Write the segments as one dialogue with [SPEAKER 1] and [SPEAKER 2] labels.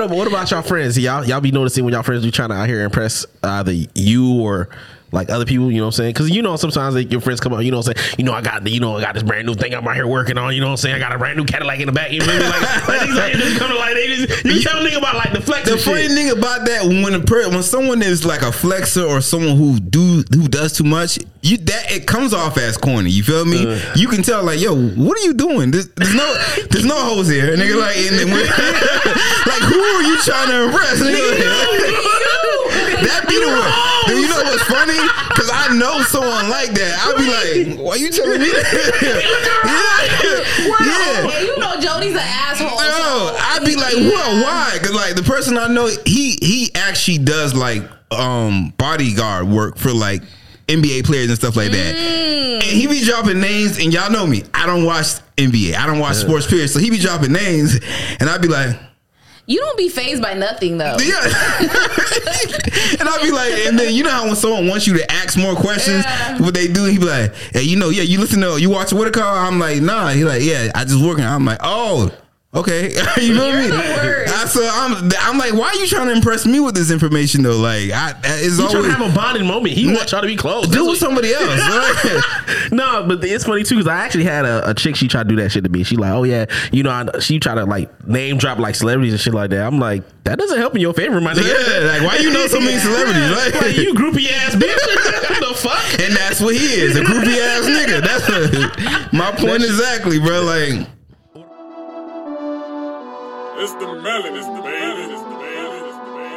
[SPEAKER 1] But what about y'all friends? Y'all y'all be noticing when y'all friends be trying to out here impress either you or like other people, you know what I'm saying? Because you know sometimes like your friends come out, you know what I'm saying? You know I got the, you know I got this brand new thing I'm out here working on, you know what I'm saying? I got a brand new Cadillac in the back. You know what I mean? Like, like, these niggas just come to like they just, you tell a nigga about like the flex.
[SPEAKER 2] The
[SPEAKER 1] and
[SPEAKER 2] funny
[SPEAKER 1] shit.
[SPEAKER 2] thing about that when a per, when someone is like a flexer or someone who do who does too much, you that it comes off as corny. You feel me? you can tell like, yo, what are you doing? There's, there's no there's no hoes here, nigga. Like, and then when- like who are you trying to impress? Nigga? That be the one. Dude, you know what's funny? Cause I know someone like that. I'll be like, why you telling me that? yeah. yeah.
[SPEAKER 3] Yeah, you know Jody's an asshole.
[SPEAKER 2] Yo,
[SPEAKER 3] so-
[SPEAKER 2] I'd be like, well, why? Because like the person I know, he he actually does like um bodyguard work for like NBA players and stuff like that. And he be dropping names, and y'all know me. I don't watch NBA. I don't watch sports periods. So he be dropping names, and I'd be like,
[SPEAKER 3] You don't be phased by nothing though.
[SPEAKER 2] yeah. and I'd be like, and then you know how when someone wants you to ask more questions,
[SPEAKER 3] Yeah.
[SPEAKER 2] what they do, he be like, hey, you know, yeah, you listen to, you watch what it call? I'm like, nah. He like, yeah, I just working. I'm like, oh. Okay, you know what I
[SPEAKER 3] You're
[SPEAKER 2] mean?
[SPEAKER 3] the worst.
[SPEAKER 2] I, so I'm, I'm like, why are you trying to impress me with this information though? Like, I, it's
[SPEAKER 1] You trying
[SPEAKER 2] always
[SPEAKER 1] to have a bonding moment. He wants y'all to be close. That's
[SPEAKER 2] do
[SPEAKER 1] what-
[SPEAKER 2] with somebody else. right?
[SPEAKER 1] no, but it's funny too because I actually had a, a chick. She tried to do that shit to me. She like, oh yeah, you know, I, she tried to like name drop like celebrities and shit like that. I'm like, that doesn't help in your favor, my nigga.
[SPEAKER 2] Yeah, like, why you know so many celebrities, right?
[SPEAKER 1] Like you groupie ass bitch. what the fuck?
[SPEAKER 2] and that's what he is, a groupie ass nigga. That's my point exactly, bro. Like.
[SPEAKER 4] It's the melon, it's the melon, it's the melon, it's the melon, it's the melon.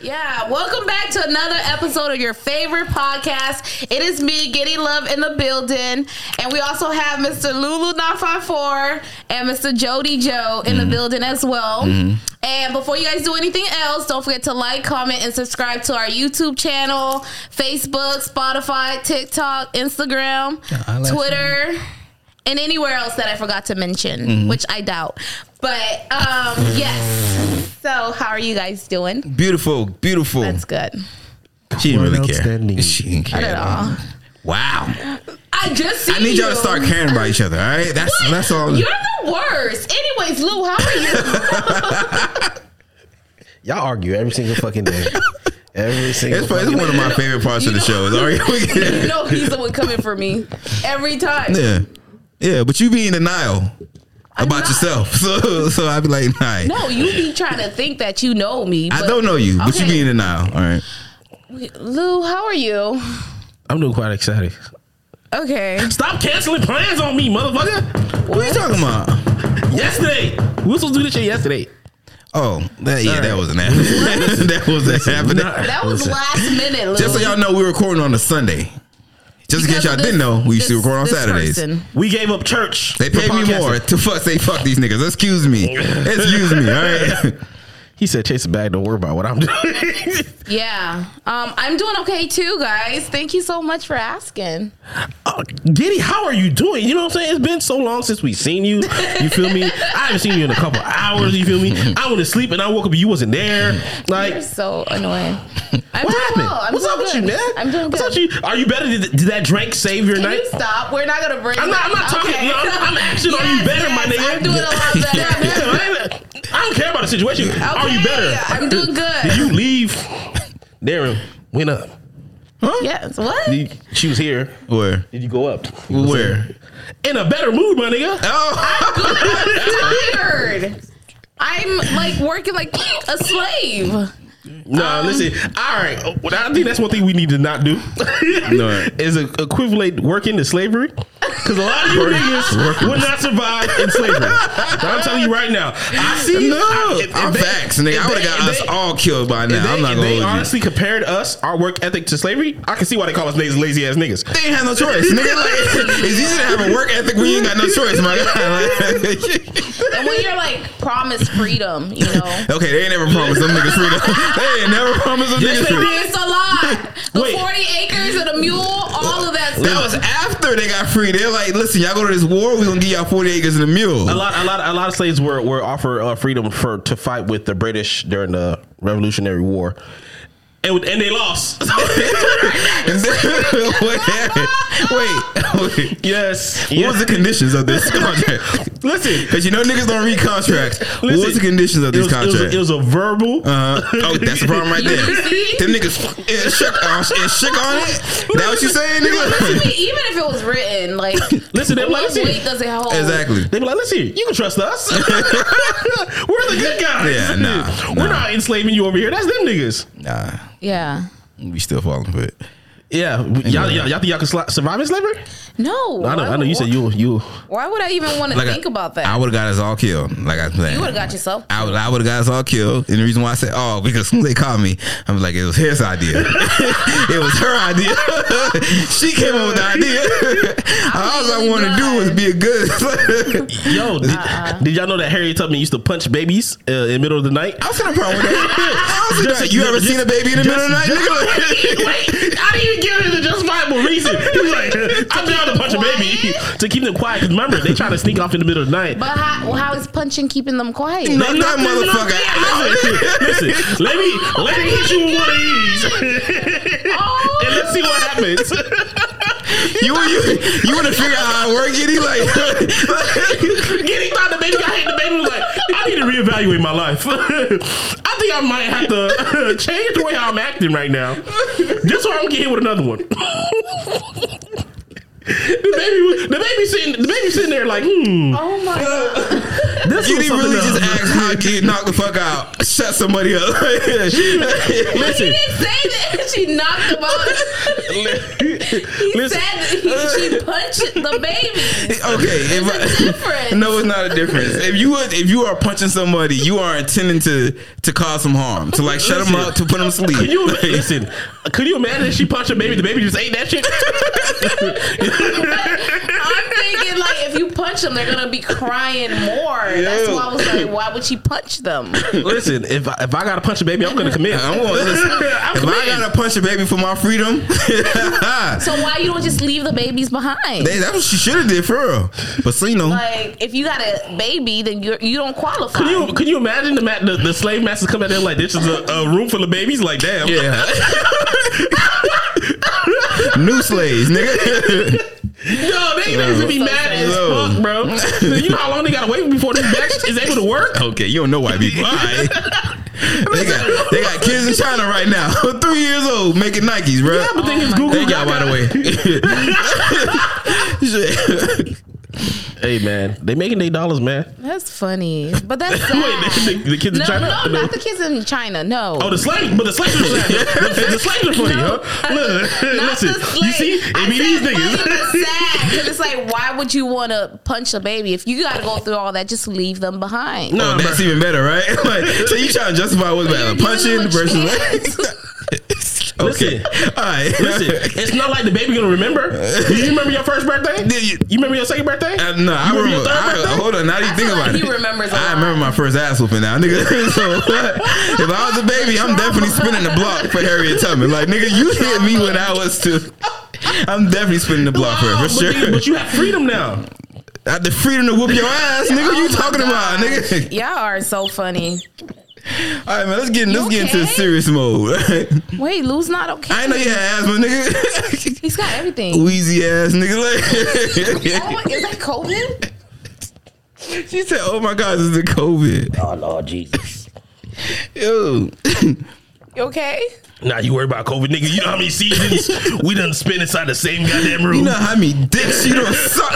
[SPEAKER 3] Yeah, welcome back to another episode of your favorite podcast. It is me, Giddy Love, in the building, and we also have Mr. Lulu nine five four and Mr. Jody Joe in
[SPEAKER 5] Mm-hmm.
[SPEAKER 3] the building as well. And before you guys do anything else, don't forget to like, comment, and subscribe to our YouTube channel, Facebook, Spotify, TikTok, Instagram,
[SPEAKER 5] I like
[SPEAKER 3] Twitter, and anywhere else that I forgot to mention,
[SPEAKER 5] Mm-hmm.
[SPEAKER 3] which I doubt. But um, yes. So, how are you guys doing?
[SPEAKER 2] Beautiful, beautiful.
[SPEAKER 3] That's good.
[SPEAKER 2] she didn't really
[SPEAKER 1] Outstanding.
[SPEAKER 2] care. She didn't care.
[SPEAKER 3] Not at all.
[SPEAKER 2] Wow.
[SPEAKER 3] I just see
[SPEAKER 2] I need y'all to start caring about each other. All right. That's
[SPEAKER 3] What?
[SPEAKER 2] that's all.
[SPEAKER 3] You're the worst. Anyways, Lou, how are you?
[SPEAKER 1] Y'all argue every single fucking day. Every single.
[SPEAKER 2] It's, probably-
[SPEAKER 1] fucking
[SPEAKER 2] it's one of my favorite parts of the show. Is arguing.
[SPEAKER 3] you know he's the one coming for me every time.
[SPEAKER 2] yeah, yeah. But you be in denial about
[SPEAKER 3] not.
[SPEAKER 2] yourself. So so I'd be like, all right.
[SPEAKER 3] No, you be trying to think that you know me.
[SPEAKER 2] I
[SPEAKER 3] but-
[SPEAKER 2] don't know you, but you
[SPEAKER 3] Okay.
[SPEAKER 2] be in denial. All right.
[SPEAKER 3] Lou, how are you?
[SPEAKER 1] I'm doing quite excited.
[SPEAKER 3] Okay.
[SPEAKER 1] Stop canceling plans on me, motherfucker.
[SPEAKER 2] What, are you talking about?
[SPEAKER 1] Yesterday, we were supposed to do this shit yesterday.
[SPEAKER 2] Oh, that, yeah,
[SPEAKER 1] All
[SPEAKER 2] that
[SPEAKER 1] right.
[SPEAKER 2] wasn't happening. that wasn't happening.
[SPEAKER 1] nah.
[SPEAKER 3] That was
[SPEAKER 1] Listen.
[SPEAKER 3] last minute, Lou.
[SPEAKER 2] Just so y'all know, we were recording on a Sunday. Just in
[SPEAKER 3] Because
[SPEAKER 2] case y'all
[SPEAKER 3] of this-
[SPEAKER 2] didn't know, we used to
[SPEAKER 3] this-
[SPEAKER 2] record on
[SPEAKER 3] this
[SPEAKER 2] Saturdays.
[SPEAKER 3] person.
[SPEAKER 1] We gave up church.
[SPEAKER 2] They pay
[SPEAKER 1] for
[SPEAKER 2] me
[SPEAKER 1] podcasting.
[SPEAKER 2] more to fuck. Say fuck these niggas. Excuse me. Excuse me. All right.
[SPEAKER 1] He said, "Chase the bag. Don't worry about what I'm doing."
[SPEAKER 3] Yeah. Um, I'm doing okay too, guys. Thank you so much for asking.
[SPEAKER 1] uh, Giddy, how are you doing? You know what I'm saying? It's been so long since we've seen you. You feel me? I haven't seen you in a couple hours. You feel me? I went to sleep and I woke up and you wasn't there. Like,
[SPEAKER 3] You're so annoying. I'm
[SPEAKER 1] what
[SPEAKER 3] doing
[SPEAKER 1] happened?
[SPEAKER 3] well. I'm
[SPEAKER 1] What's
[SPEAKER 3] doing
[SPEAKER 1] up with you,
[SPEAKER 3] good.
[SPEAKER 1] man?
[SPEAKER 3] I'm doing
[SPEAKER 1] What's
[SPEAKER 3] good.
[SPEAKER 1] up with you? Are you better? Did, did that drink save your
[SPEAKER 3] Can
[SPEAKER 1] night?
[SPEAKER 3] you stop? We're not gonna bring.
[SPEAKER 1] I'm not. I'm not talking.
[SPEAKER 3] Okay.
[SPEAKER 1] No, I'm, I'm asking. are you
[SPEAKER 3] Yes,
[SPEAKER 1] better, my nigga?
[SPEAKER 3] yes, I'm doing a lot better.
[SPEAKER 1] Yeah, I ain't- I don't care about the situation. Are you
[SPEAKER 3] Okay,
[SPEAKER 1] better?
[SPEAKER 3] I'm doing good.
[SPEAKER 1] Did you leave? Darren went up.
[SPEAKER 3] yes. What?
[SPEAKER 1] You- She was here.
[SPEAKER 2] Where?
[SPEAKER 1] Did you go up?
[SPEAKER 2] Where?
[SPEAKER 1] In a better mood, my nigga.
[SPEAKER 2] Oh,
[SPEAKER 3] Tired. I'm like working like a slave.
[SPEAKER 1] No, listen. All right, well, I think that's one thing we need to not do.
[SPEAKER 2] No.
[SPEAKER 1] is equivalent working to slavery. Because a lot of you niggas would not survive in slavery. I'm telling you right now. I see.
[SPEAKER 2] No,
[SPEAKER 1] I, if- if
[SPEAKER 2] I'm
[SPEAKER 1] they-
[SPEAKER 2] facts, nigga.
[SPEAKER 1] if
[SPEAKER 2] I would
[SPEAKER 1] they-
[SPEAKER 2] have
[SPEAKER 1] if
[SPEAKER 2] got us
[SPEAKER 1] they-
[SPEAKER 2] all killed by
[SPEAKER 1] if
[SPEAKER 2] now.
[SPEAKER 1] they,
[SPEAKER 2] I'm not
[SPEAKER 1] if they
[SPEAKER 2] gonna hold you.
[SPEAKER 1] honestly compared us, our work ethic to slavery. I can see why they call us niggas lazy ass niggas.
[SPEAKER 2] They ain't have no choice, nigga. Like, it's easy to have a work ethic when you ain't got no choice, my guy.
[SPEAKER 3] And when you're like promised freedom, you know.
[SPEAKER 2] Like, okay, they ain't never promised them niggas freedom. They ain't never promised them
[SPEAKER 1] Yes,
[SPEAKER 2] niggas
[SPEAKER 1] they
[SPEAKER 2] freedom.
[SPEAKER 3] It's a lot. The
[SPEAKER 1] Wait.
[SPEAKER 3] 40 acres and a mule, all of that
[SPEAKER 2] That was
[SPEAKER 3] stuff.
[SPEAKER 2] after they got free. They're like, listen, y'all go to this war, we gonna give y'all forty acres and a
[SPEAKER 1] A
[SPEAKER 2] mule.
[SPEAKER 1] lot, a lot, a lot of slaves were were offered uh, freedom for to fight with the British during the Revolutionary War, and and they lost.
[SPEAKER 2] And then- what happened? Wait, wait.
[SPEAKER 1] yes.
[SPEAKER 2] What was the conditions of this contract?
[SPEAKER 1] Listen,
[SPEAKER 2] Because you know niggas don't read contracts. what
[SPEAKER 1] Listen,
[SPEAKER 2] was the conditions of
[SPEAKER 1] it
[SPEAKER 2] this
[SPEAKER 1] was, it was-
[SPEAKER 2] contract?
[SPEAKER 1] It was, a verbal.
[SPEAKER 2] Uh, oh, that's the problem right there.
[SPEAKER 3] You see?
[SPEAKER 2] Them niggas and shook, uh, and shook on it. That what you saying,
[SPEAKER 3] Even
[SPEAKER 2] nigga?
[SPEAKER 3] if it was written, like,
[SPEAKER 1] Listen, they
[SPEAKER 3] what
[SPEAKER 1] like, listen.
[SPEAKER 3] weight does it hold?
[SPEAKER 2] exactly.
[SPEAKER 1] They be like, listen, you can trust us. We're the good guys.
[SPEAKER 2] Yeah, nah,
[SPEAKER 1] We're
[SPEAKER 2] nah.
[SPEAKER 1] not enslaving you over here. That's them niggas.
[SPEAKER 2] Nah,
[SPEAKER 3] Yeah.
[SPEAKER 2] we still falling for it.
[SPEAKER 1] Yeah, y'all, y'all, y'all think y'all can sli- survive in slavery?
[SPEAKER 3] No.
[SPEAKER 1] I know,
[SPEAKER 3] why
[SPEAKER 1] I know. You
[SPEAKER 3] would-
[SPEAKER 1] said you, you.
[SPEAKER 3] Why would I even want to
[SPEAKER 2] Like I-
[SPEAKER 3] think about that?
[SPEAKER 2] I would have got us all killed. Like I was saying,
[SPEAKER 3] you would have got yourself.
[SPEAKER 2] I would, I would have got us all killed. And the reason why I said, oh, because as soon as they called me, I was like, it was his idea. it was her idea. she came up with the idea. all I
[SPEAKER 3] really
[SPEAKER 2] want to do
[SPEAKER 3] blind.
[SPEAKER 2] was be a good.
[SPEAKER 1] Yo, did, did y'all know that Harriet Tubman used to punch babies uh, in the middle of the night?
[SPEAKER 2] I don't see no problem with that. I don't see
[SPEAKER 1] Just-
[SPEAKER 2] that. You ever
[SPEAKER 1] just-
[SPEAKER 2] seen a baby in the middle of the night, nigga?
[SPEAKER 1] Wait, I didn't even give him the justifiable reason. He was like, I'm down to punch a baby to keep them quiet. Because remember, they try to sneak off in the middle of the night.
[SPEAKER 3] But how, well, how is punching keeping them quiet?
[SPEAKER 2] Knock
[SPEAKER 1] They
[SPEAKER 2] that
[SPEAKER 1] knocked him
[SPEAKER 2] motherfucker out.
[SPEAKER 1] Listen, listen, let me let me hit you with one of these,
[SPEAKER 3] Oh,
[SPEAKER 1] and let's see what happens.
[SPEAKER 2] You you you want to figure out how it works? And he like,
[SPEAKER 1] Getting thought the baby got hit. The baby was like, I need to reevaluate my life. I think I might have to change the way how I'm acting right now. Just so I don't get hit with another one. the baby, was- the baby sitting, the baby sitting there like, hmm.
[SPEAKER 3] oh my god.
[SPEAKER 1] This
[SPEAKER 2] you
[SPEAKER 1] was
[SPEAKER 2] didn't
[SPEAKER 1] something
[SPEAKER 2] really
[SPEAKER 1] else.
[SPEAKER 2] just ask how to get knocked the fuck out, shut somebody up.
[SPEAKER 3] He
[SPEAKER 1] Listen,
[SPEAKER 3] didn't say that she knocked him out. He
[SPEAKER 1] listen.
[SPEAKER 3] said that he, she punched the baby.
[SPEAKER 2] Okay, if
[SPEAKER 3] There's a difference.
[SPEAKER 2] no, it's not a difference. If you would- if you are punching somebody, you are intending to to cause some harm, to like shut them
[SPEAKER 1] Listen.
[SPEAKER 2] up, to put them to sleep.
[SPEAKER 1] Could you listen? Could you imagine if she punched a baby? The baby just ate that shit.
[SPEAKER 3] I'm thinking like if you punch them, they're gonna be crying more. That's why I was like, why would she punch them?
[SPEAKER 1] Listen, if I, if I got to punch a baby, I'm gonna commit.
[SPEAKER 2] I'm gonna listen.
[SPEAKER 1] I'm
[SPEAKER 2] if I
[SPEAKER 1] committing.
[SPEAKER 2] gotta punch a baby for my freedom,
[SPEAKER 3] So why you don't just leave the babies behind?
[SPEAKER 2] Hey, that's what she should have did for real. But so you know,
[SPEAKER 3] like if you got a baby, then you you don't qualify.
[SPEAKER 1] Can you can you imagine the, ma- the the slave masters come out there like this is a, a room full of babies? Like damn,
[SPEAKER 2] yeah. New slaves, nigga.
[SPEAKER 1] yo, they they should be
[SPEAKER 3] Yeah.
[SPEAKER 1] mad as
[SPEAKER 2] Yo.
[SPEAKER 1] fuck, bro. you know how long they gotta wait before this batch is able to work?
[SPEAKER 2] okay, you don't know white people. All right. They got they got kids in China right now, three years old, making Nikes, bro.
[SPEAKER 1] Yeah, but thing is, Google
[SPEAKER 2] Thank y'all, by the way. Shit.
[SPEAKER 1] Hey man, they making their dollars, man.
[SPEAKER 3] That's funny, but that's sad.
[SPEAKER 1] Wait, the- the kids in
[SPEAKER 3] no,
[SPEAKER 1] China?
[SPEAKER 3] No,
[SPEAKER 1] No.
[SPEAKER 3] not the kids in China. No.
[SPEAKER 1] Oh, the slaves, but the slaves are sad. The, the slaves are funny,
[SPEAKER 3] No.
[SPEAKER 1] huh? Look,
[SPEAKER 3] Not
[SPEAKER 1] listen,
[SPEAKER 3] the slave.
[SPEAKER 1] you see,
[SPEAKER 3] I
[SPEAKER 1] it be these
[SPEAKER 3] said
[SPEAKER 1] niggas.
[SPEAKER 3] funny, but sad because it's like, why would you want to punch a baby if you got to go through all that? Just leave them behind.
[SPEAKER 1] No,
[SPEAKER 2] Oh, that's even better, right? Like, so you trying to justify what's better, punching versus? Okay,
[SPEAKER 1] Listen.
[SPEAKER 2] all right.
[SPEAKER 1] Listen, it's not like the baby gonna remember. Do you remember your first birthday?
[SPEAKER 2] Did you-
[SPEAKER 1] You remember your second birthday?
[SPEAKER 2] Uh, no,
[SPEAKER 1] You remember
[SPEAKER 2] I
[SPEAKER 1] your
[SPEAKER 2] remember.
[SPEAKER 1] third
[SPEAKER 2] I,
[SPEAKER 1] birthday?
[SPEAKER 2] hold on, now that you think
[SPEAKER 3] feel
[SPEAKER 2] about
[SPEAKER 3] like
[SPEAKER 2] it.
[SPEAKER 3] he remembers a
[SPEAKER 2] I
[SPEAKER 3] lot.
[SPEAKER 2] remember my first ass whooping now, nigga. so if I was a baby, I'm definitely spinning the block for Harriet Tubman. Like, nigga, you hit me when I was two. I'm definitely spinning the block for her,
[SPEAKER 1] Wow,
[SPEAKER 2] for
[SPEAKER 1] Oh, but nigga,
[SPEAKER 2] sure.
[SPEAKER 1] But you have freedom now.
[SPEAKER 2] I had the freedom to whoop your ass, nigga. What
[SPEAKER 3] Oh
[SPEAKER 2] you
[SPEAKER 3] my
[SPEAKER 2] talking about,
[SPEAKER 3] God.
[SPEAKER 2] nigga?
[SPEAKER 3] Y'all are so funny.
[SPEAKER 2] All right, man. Let's get let's
[SPEAKER 3] You
[SPEAKER 2] get into
[SPEAKER 3] okay?
[SPEAKER 2] serious mode. I
[SPEAKER 3] Wait, Lou's not okay.
[SPEAKER 2] ain't know you had asthma, nigga.
[SPEAKER 3] He's got everything.
[SPEAKER 2] Wheezy ass, nigga.
[SPEAKER 3] Oh
[SPEAKER 2] Like,
[SPEAKER 3] my, is that COVID?
[SPEAKER 2] she said, "Oh my God, this is the COVID."
[SPEAKER 6] Oh Lord Jesus.
[SPEAKER 2] Yo,
[SPEAKER 3] You okay?
[SPEAKER 1] Nah, you worry about COVID, nigga. You know how many seasons we done spent inside the same goddamn room.
[SPEAKER 2] you know how many dicks you don't suck.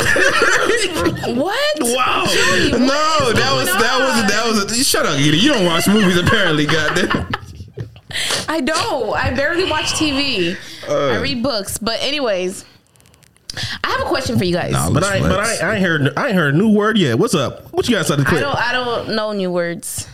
[SPEAKER 3] What?
[SPEAKER 1] wow.
[SPEAKER 3] What
[SPEAKER 2] No, that
[SPEAKER 3] is
[SPEAKER 2] was
[SPEAKER 3] going
[SPEAKER 2] that
[SPEAKER 3] on?
[SPEAKER 2] was that was. A, shut up, Edie. You don't watch movies, apparently. Goddamn. Uh.
[SPEAKER 3] I don't. I barely watch TV. I read books, but anyways, I have a question for you guys.
[SPEAKER 2] Nah,
[SPEAKER 1] But I, but I, I ain't heard, I ain't heard a new word yet. What's up? What you guys said to
[SPEAKER 3] I
[SPEAKER 1] clip?
[SPEAKER 3] don't. I don't know new words.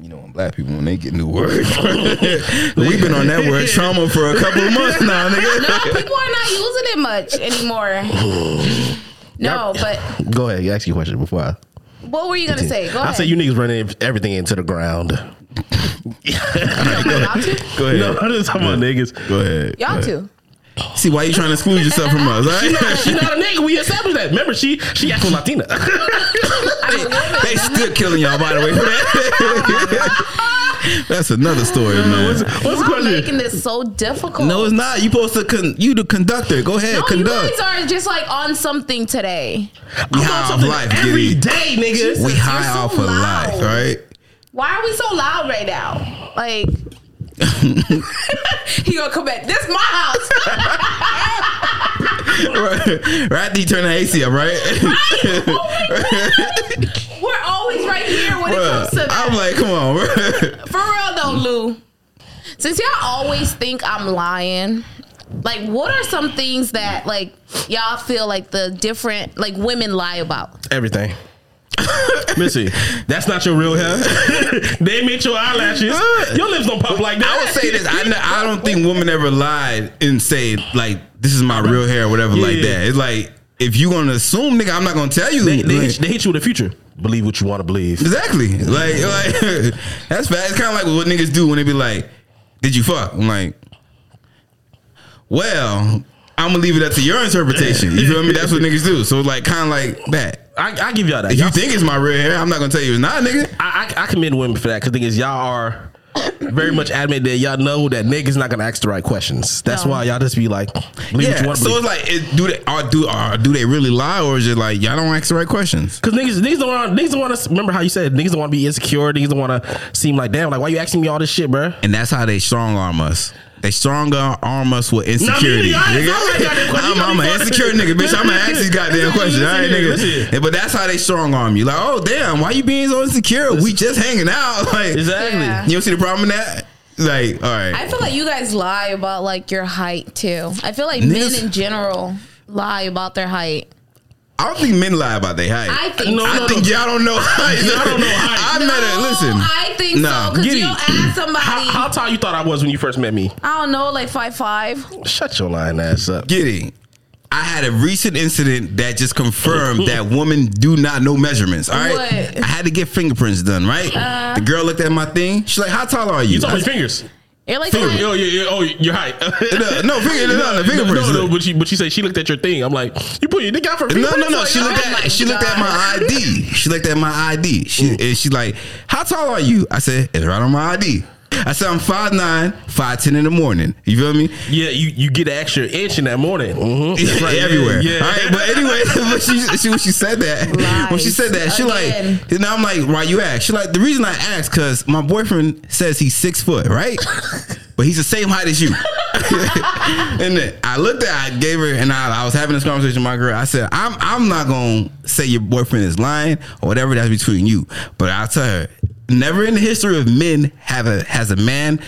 [SPEAKER 2] You know, when black people when they get new words, we've been on that word trauma for a couple of months now,
[SPEAKER 3] No,
[SPEAKER 2] nigga.
[SPEAKER 3] people are not using it much anymore. No, but
[SPEAKER 1] Go ahead, ask your question before I.
[SPEAKER 3] what were you gonna say? Go
[SPEAKER 1] I
[SPEAKER 3] ahead.
[SPEAKER 1] say you niggas running everything into the ground.
[SPEAKER 3] y'all too.
[SPEAKER 2] Go ahead,
[SPEAKER 1] No, I'm just talking about niggas.
[SPEAKER 2] go ahead.
[SPEAKER 3] Y'all too.
[SPEAKER 2] See why you trying to exclude yourself from us? All right?
[SPEAKER 1] She not a nigga. We established that. Remember, she she actual Latina.
[SPEAKER 2] they still killing y'all, by the way. for that. That's another story, man.
[SPEAKER 1] What's the
[SPEAKER 3] Y'all making
[SPEAKER 1] question?
[SPEAKER 3] this so difficult.
[SPEAKER 2] No, it's not. You supposed to con- you the conductor. Go ahead,
[SPEAKER 3] No, you
[SPEAKER 2] conduct.
[SPEAKER 3] guys are just like on something today.
[SPEAKER 1] I'm
[SPEAKER 2] high
[SPEAKER 1] on
[SPEAKER 2] off
[SPEAKER 1] something
[SPEAKER 2] life,
[SPEAKER 1] every
[SPEAKER 2] Giddy.
[SPEAKER 1] day, niggas.
[SPEAKER 2] we high
[SPEAKER 3] so
[SPEAKER 2] off of
[SPEAKER 3] loud.
[SPEAKER 2] life, right?
[SPEAKER 3] Why are we so loud right now? Like he gonna come back. This my house.
[SPEAKER 2] right? Right after you turn the AC up, right?
[SPEAKER 3] We're always right here when it comes to
[SPEAKER 2] Bruh, I'm like, come on, bruh.
[SPEAKER 3] For real though, Lou. Since y'all always think I'm lying, like what are some things that like y'all feel like the different like women lie about?
[SPEAKER 1] Everything. Missy, that's not your real hair. they made your eyelashes. Your lips don't pop like that.
[SPEAKER 2] I would say this. I, kn- I don't think women ever lied and say like, "This is my real hair" or whatever like
[SPEAKER 1] Yeah.
[SPEAKER 2] that. It's like if you gonna assume, nigga, I'm not gonna tell you.
[SPEAKER 1] They, they,
[SPEAKER 2] Like,
[SPEAKER 1] hit, they hit you with the future. Believe what you want to believe.
[SPEAKER 2] exactly. Like like that's bad. It's kind of like what niggas do when they be like, "Did you fuck?" I'm like, well, I'm gonna leave it up to your interpretation. You feel me? That's what niggas do. So like, kind of like that.
[SPEAKER 1] I, I give y'all that.
[SPEAKER 2] If
[SPEAKER 1] Y'all
[SPEAKER 2] you think it's my real hair, I'm not gonna tell you it's not, nigga.
[SPEAKER 1] I, I, I commend women for that because thing is y'all are very much adamant that y'all know that niggas not gonna ask the right questions. That's
[SPEAKER 3] No.
[SPEAKER 1] why y'all just be like, believe what you
[SPEAKER 2] Yeah.
[SPEAKER 1] want to
[SPEAKER 2] So it's
[SPEAKER 1] believe.
[SPEAKER 2] like, it, do they are do are, do they really lie or is it like y'all don't ask the right questions?
[SPEAKER 1] Cause niggas, niggas don't want, niggas don't want to remember how you said niggas don't want to be insecure. Niggas don't want to seem like damn, like why you asking me all this shit, bruh?
[SPEAKER 2] And that's how they strong arm us. They strong arm us with
[SPEAKER 1] Nah,
[SPEAKER 2] insecurity.
[SPEAKER 1] me, I- I
[SPEAKER 2] nigga.
[SPEAKER 1] like goddamn questions. You
[SPEAKER 2] I'm,
[SPEAKER 1] got
[SPEAKER 2] I'm
[SPEAKER 1] me
[SPEAKER 2] an
[SPEAKER 1] fucked.
[SPEAKER 2] insecure nigga, bitch. I'm gonna ask these goddamn
[SPEAKER 1] Listen,
[SPEAKER 2] questions. All right,
[SPEAKER 1] listen here, listen
[SPEAKER 2] nigga.
[SPEAKER 1] here.
[SPEAKER 2] But that's how they strong arm you. Like, oh damn, why you being so insecure? We just hanging out. Like,
[SPEAKER 1] Exactly.
[SPEAKER 3] Yeah.
[SPEAKER 2] you don't see the problem in that? Like, all right.
[SPEAKER 3] I feel like you guys lie about like your height too. I feel like
[SPEAKER 2] Niggas-
[SPEAKER 3] men in general lie about their height.
[SPEAKER 2] I don't think men lie about their height.
[SPEAKER 3] I
[SPEAKER 2] I,
[SPEAKER 3] think
[SPEAKER 1] No,
[SPEAKER 3] so.
[SPEAKER 1] no,
[SPEAKER 2] think y'all don't know height.
[SPEAKER 1] Y'all don't know height.
[SPEAKER 2] I met her. Listen.
[SPEAKER 3] I think
[SPEAKER 2] Nah.
[SPEAKER 3] so because
[SPEAKER 1] Giddy.
[SPEAKER 3] you don't ask somebody.
[SPEAKER 1] How, how tall you thought I was when you first met me?
[SPEAKER 3] I don't know, like five five.
[SPEAKER 1] Shut your lying ass up.
[SPEAKER 2] Giddy. I had a recent incident that just confirmed that women do not know measurements. All right,
[SPEAKER 3] What?
[SPEAKER 2] I had to get fingerprints done. Right,
[SPEAKER 1] Uh.
[SPEAKER 2] the girl looked at my thing. She's like, "How tall are you?"
[SPEAKER 1] You talking
[SPEAKER 2] I
[SPEAKER 1] about your fingers?
[SPEAKER 3] You're like,
[SPEAKER 1] Finger.
[SPEAKER 3] five-
[SPEAKER 1] Oh yeah, yeah. Oh, your height.
[SPEAKER 2] No, no, finger, no, no, the fingerprints.
[SPEAKER 1] No, no, but she, but she said she looked at your thing. I'm like, you put your dick out for
[SPEAKER 2] No, no, no.
[SPEAKER 1] fingerprints?
[SPEAKER 2] She
[SPEAKER 1] Like,
[SPEAKER 2] looked
[SPEAKER 1] oh my
[SPEAKER 2] at she looked at my ID. She looked at my ID. She and she like, how tall are you? I said, it's right on my ID. I said, I'm 5'9", 5'10 in the morning. You feel me?
[SPEAKER 1] Yeah, you, you get an extra inch in that morning. Mm-hmm. That's right.
[SPEAKER 2] everywhere.
[SPEAKER 1] Yeah.
[SPEAKER 2] All right, but anyway, but she, she when she said that, when she said that, she
[SPEAKER 3] Again.
[SPEAKER 2] like, and I'm like, why you ask? She like, the reason I asked because my boyfriend says he's six foot, right? but he's the same height as you. and then I looked at, I gave her, and I, I was having this conversation with my girl. I said, I'm I'm not gonna say your boyfriend is lying or whatever. That's between you. But I'll tell her, never in the history of men have a has a man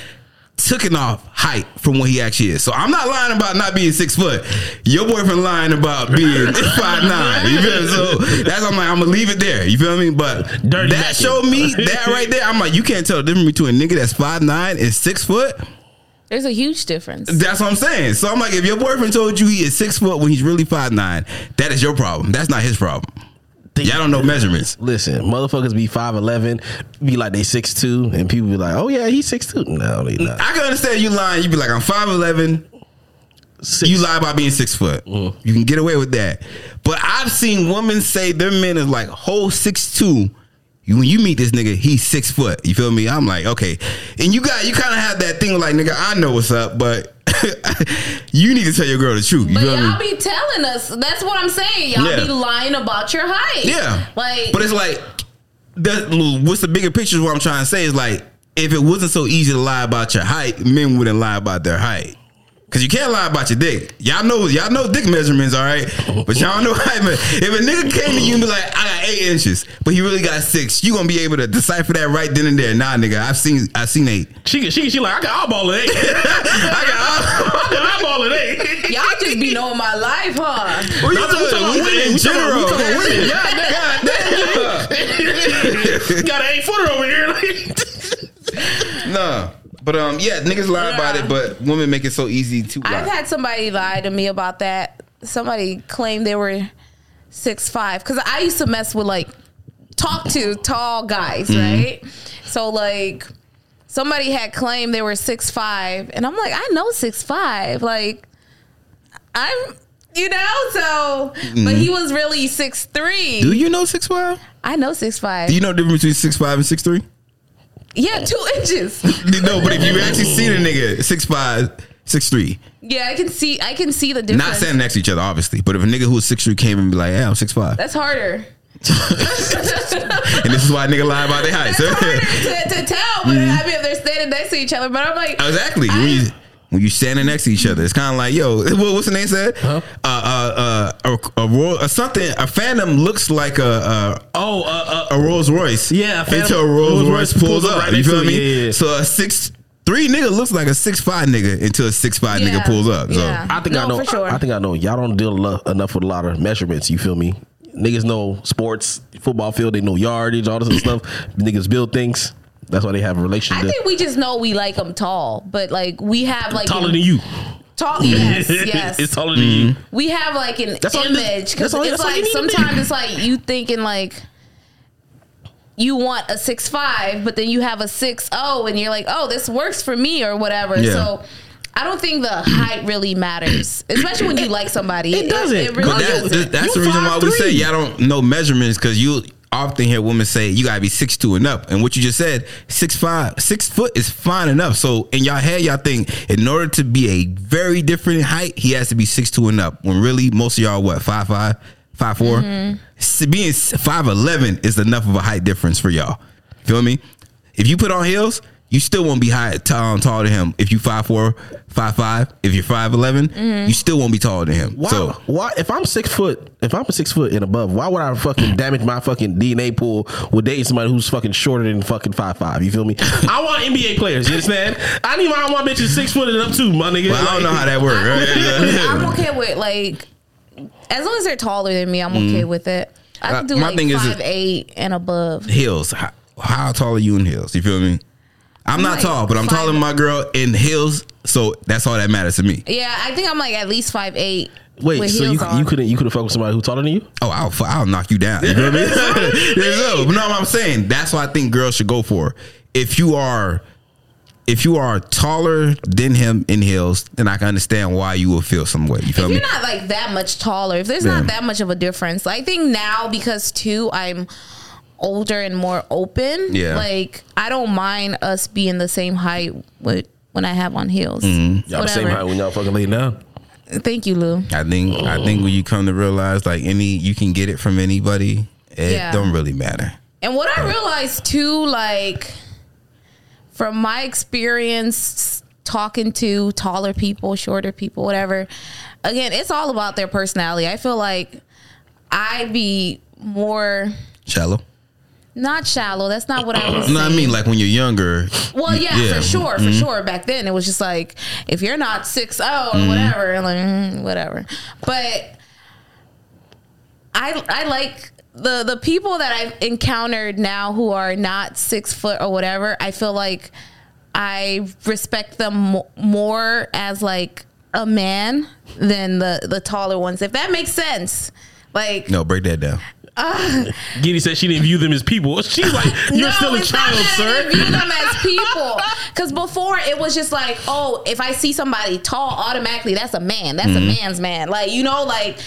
[SPEAKER 2] taken off height from what he actually is. So I'm not lying about not being six foot. Your boyfriend lying about being five nine. You feel me? So that's I'm like I'm gonna leave it there. You feel me? But
[SPEAKER 1] Dirty Mackin'.
[SPEAKER 2] that showed me that right there. I'm like you can't tell the difference between a nigga that's five nine and six foot.
[SPEAKER 3] there's a huge difference.
[SPEAKER 2] That's what I'm saying. So I'm like if your boyfriend told you he is six foot when he's really five nine, that is your problem. That's not his problem. Y'all don't know measurements.
[SPEAKER 1] Listen, motherfuckers be five eleven, be like they six two, and people be like, "Oh yeah, he's six two. No, they not.
[SPEAKER 2] I can understand you lying. You be like I'm five eleven.
[SPEAKER 1] Six.
[SPEAKER 2] You lie about being six foot.
[SPEAKER 3] Mm-hmm.
[SPEAKER 2] You can get away with that. But I've seen women say their men is like whole six two. When you meet this nigga, he's six foot. You feel me? I'm like, okay. And you got you kind of have that thing like, nigga, I know what's up, but you need to tell your girl the truth. You
[SPEAKER 3] But
[SPEAKER 2] feel me?
[SPEAKER 3] y'all be telling us. That's what I'm saying. Y'all
[SPEAKER 2] Yeah.
[SPEAKER 3] be lying about your height.
[SPEAKER 2] Yeah.
[SPEAKER 3] Like,
[SPEAKER 2] But it's like the, what's the bigger picture is what I'm trying to say is like if it wasn't so easy to lie about your height, men wouldn't lie about their height. Cause you can't lie about your dick. Y'all know y'all know dick measurements, all right. But y'all know how man, if a nigga came to you and be like, I got eight inches, but he really got six, you gonna be able to decipher that right then and there. Nah, nigga, I've seen I've seen eight.
[SPEAKER 1] She she she like I got eyeball it. I
[SPEAKER 2] I got
[SPEAKER 1] got eyeball it.
[SPEAKER 3] Y'all just be knowing my life, huh?
[SPEAKER 2] What
[SPEAKER 1] Nah,
[SPEAKER 2] you
[SPEAKER 1] we
[SPEAKER 2] talking
[SPEAKER 1] talking
[SPEAKER 2] about
[SPEAKER 1] about women.
[SPEAKER 2] in
[SPEAKER 1] We talking about-
[SPEAKER 2] general?
[SPEAKER 1] we talking about women.
[SPEAKER 2] God damn. God damn.
[SPEAKER 1] Got an eight footer over here.
[SPEAKER 2] No. But um, yeah, niggas lie about it, but women make it so easy to lie.
[SPEAKER 3] I've had somebody lie to me about that. Somebody claimed they were six five because I used to mess with like talk to tall guys,
[SPEAKER 2] Mm-hmm.
[SPEAKER 3] right? So like somebody had claimed they were six five, and I'm like, I know six five, like I'm. You know, so but he was really six three.
[SPEAKER 2] Mm-hmm. Do you know six five?
[SPEAKER 3] I know six five.
[SPEAKER 2] Do you know the difference between six five and six three?
[SPEAKER 3] yeah, two inches.
[SPEAKER 2] No, but if you actually see the nigga six five, six three,
[SPEAKER 3] yeah, I can see. I can see the difference.
[SPEAKER 2] not standing next to each other, obviously. But if a nigga who's six three came and be like, "Yeah, I'm six five.
[SPEAKER 3] That's harder.
[SPEAKER 2] and this is why nigga lie about their height.
[SPEAKER 3] That's harder to, to tell. But I mean, if they're standing next to each other, but I'm like,
[SPEAKER 2] exactly.
[SPEAKER 3] I-
[SPEAKER 2] when, you, when you standing next to each other, it's kind of like, yo, what, what's the name said? Uh, uh, uh, a, a, Ro- a something. A Phantom looks like a a,
[SPEAKER 1] Oh, uh,
[SPEAKER 2] a Rolls Royce.
[SPEAKER 1] Yeah, a Phantom-
[SPEAKER 2] until a Rolls,
[SPEAKER 1] Rolls
[SPEAKER 2] Royce
[SPEAKER 1] Royce
[SPEAKER 2] pulls up.
[SPEAKER 1] right
[SPEAKER 2] you
[SPEAKER 1] next
[SPEAKER 2] feel
[SPEAKER 1] to it,
[SPEAKER 2] me?
[SPEAKER 1] yeah, yeah.
[SPEAKER 2] So a six three nigga looks like a six five nigga until a six five
[SPEAKER 3] Yeah,
[SPEAKER 2] nigga pulls up. So.
[SPEAKER 3] yeah.
[SPEAKER 1] I think I
[SPEAKER 3] No,
[SPEAKER 1] know.
[SPEAKER 3] for sure.
[SPEAKER 1] I think I know. Y'all don't deal enough, enough with a lot of measurements. You feel me? Niggas know sports, football field. They know yardage, all this other stuff. Niggas build things. That's why they have a
[SPEAKER 3] I
[SPEAKER 1] relationship.
[SPEAKER 3] think we just know we like them tall, but like we have like
[SPEAKER 1] taller
[SPEAKER 3] an-
[SPEAKER 1] than you.
[SPEAKER 3] Tall, yes, yes.
[SPEAKER 1] it's taller than you.
[SPEAKER 3] we have like an
[SPEAKER 1] That's all you-
[SPEAKER 3] image
[SPEAKER 1] that's
[SPEAKER 3] because
[SPEAKER 1] all-
[SPEAKER 3] it's
[SPEAKER 1] that's all you
[SPEAKER 3] like
[SPEAKER 1] need to
[SPEAKER 3] sometimes
[SPEAKER 1] be.
[SPEAKER 3] it's like you thinking like you want a six five, but then you have a six oh, and you're like, oh, this works for me or whatever.
[SPEAKER 2] Yeah.
[SPEAKER 3] So. I don't think the height really matters, especially when you like somebody.
[SPEAKER 1] it doesn't.
[SPEAKER 3] It, really
[SPEAKER 2] But that's,
[SPEAKER 3] doesn't.
[SPEAKER 2] that's, that's the
[SPEAKER 1] You
[SPEAKER 2] reason why we
[SPEAKER 1] 5'3".
[SPEAKER 2] say y'all don't know measurements because you often hear women say you gotta be six two and up, and what you just said six five six foot is fine enough. So in y'all head, y'all think in order to be a very different height, he has to be six two and up. When really most of y'all what five five five four. S- Being five eleven is enough of a height difference for y'all. Feel me? If you put on heels. You still won't be high, tall, um, taller than him. If you five four, five five, if you're five you still won't be taller than him.
[SPEAKER 1] Why?
[SPEAKER 2] So
[SPEAKER 1] why? If I'm six foot, if I'm six foot and above, why would I fucking damage my fucking DNA pool with dating somebody who's fucking shorter than fucking five five? You feel me? I want NBA players. You understand? I need. my- I want bitches six foot and up too, my nigga.
[SPEAKER 2] Well, I don't know how that works.
[SPEAKER 3] I'm okay with like as long as they're taller than me, I'm okay with it. I
[SPEAKER 2] Uh,
[SPEAKER 3] can do
[SPEAKER 2] Mm-hmm. my
[SPEAKER 3] like
[SPEAKER 2] thing is-
[SPEAKER 3] five eight and above.
[SPEAKER 2] heels. How, how tall are you in heels? You feel me? I'm not
[SPEAKER 3] like
[SPEAKER 2] tall, but I'm
[SPEAKER 3] five-
[SPEAKER 2] taller than my girl in heels, so that's all that matters to me.
[SPEAKER 3] Yeah, I think I'm like at least five eight.
[SPEAKER 1] Wait, so you you couldn't you couldn't fuck with somebody who's taller than you?
[SPEAKER 2] Oh, I'll fu- I'll knock you down. You feel me? no, but no, I'm saying that's what I think girls should go for. If you are, if you are taller than him in heels, then I can understand why you will feel some way. You feel
[SPEAKER 3] If
[SPEAKER 2] me?
[SPEAKER 3] you're not like that much taller, if there's not
[SPEAKER 2] Yeah.
[SPEAKER 3] that much of a difference, I think now because too I'm older and more open.
[SPEAKER 2] Yeah.
[SPEAKER 3] like I don't mind us being the same height with when I have on heels.
[SPEAKER 2] Mm-hmm.
[SPEAKER 1] Y'all the same
[SPEAKER 3] Whatever.
[SPEAKER 1] height when y'all fucking laying down.
[SPEAKER 3] Thank you, Lou.
[SPEAKER 2] I think I think when you come to realize like any you can get it from anybody, it
[SPEAKER 3] Yeah.
[SPEAKER 2] don't really matter.
[SPEAKER 3] And what I realized too, like from my experience talking to taller people, shorter people, whatever, again, it's all about their personality. I feel like I'd be more
[SPEAKER 2] Shallow.
[SPEAKER 3] not shallow. That's not what I was.
[SPEAKER 2] No, I mean like when you're younger.
[SPEAKER 3] Well, yeah,
[SPEAKER 2] Yeah.
[SPEAKER 3] for sure, for sure. Back then, it was just like if you're not six zero or whatever, and like mm, whatever. But I I like the the people that I've encountered now who are not six foot or whatever. I feel like I respect them mo- more as like a man than the the taller ones. If that makes sense, like.
[SPEAKER 2] No, break that down.
[SPEAKER 1] Giddy said she didn't view them as people. She's like, you're
[SPEAKER 3] No,
[SPEAKER 1] still a
[SPEAKER 3] it's not
[SPEAKER 1] child,
[SPEAKER 3] that I
[SPEAKER 1] sir.
[SPEAKER 3] didn't view them as people. Because before it was just like, oh, if I see somebody tall, automatically that's a man. That's
[SPEAKER 1] Mm-hmm.
[SPEAKER 3] a man's man. Like you know, like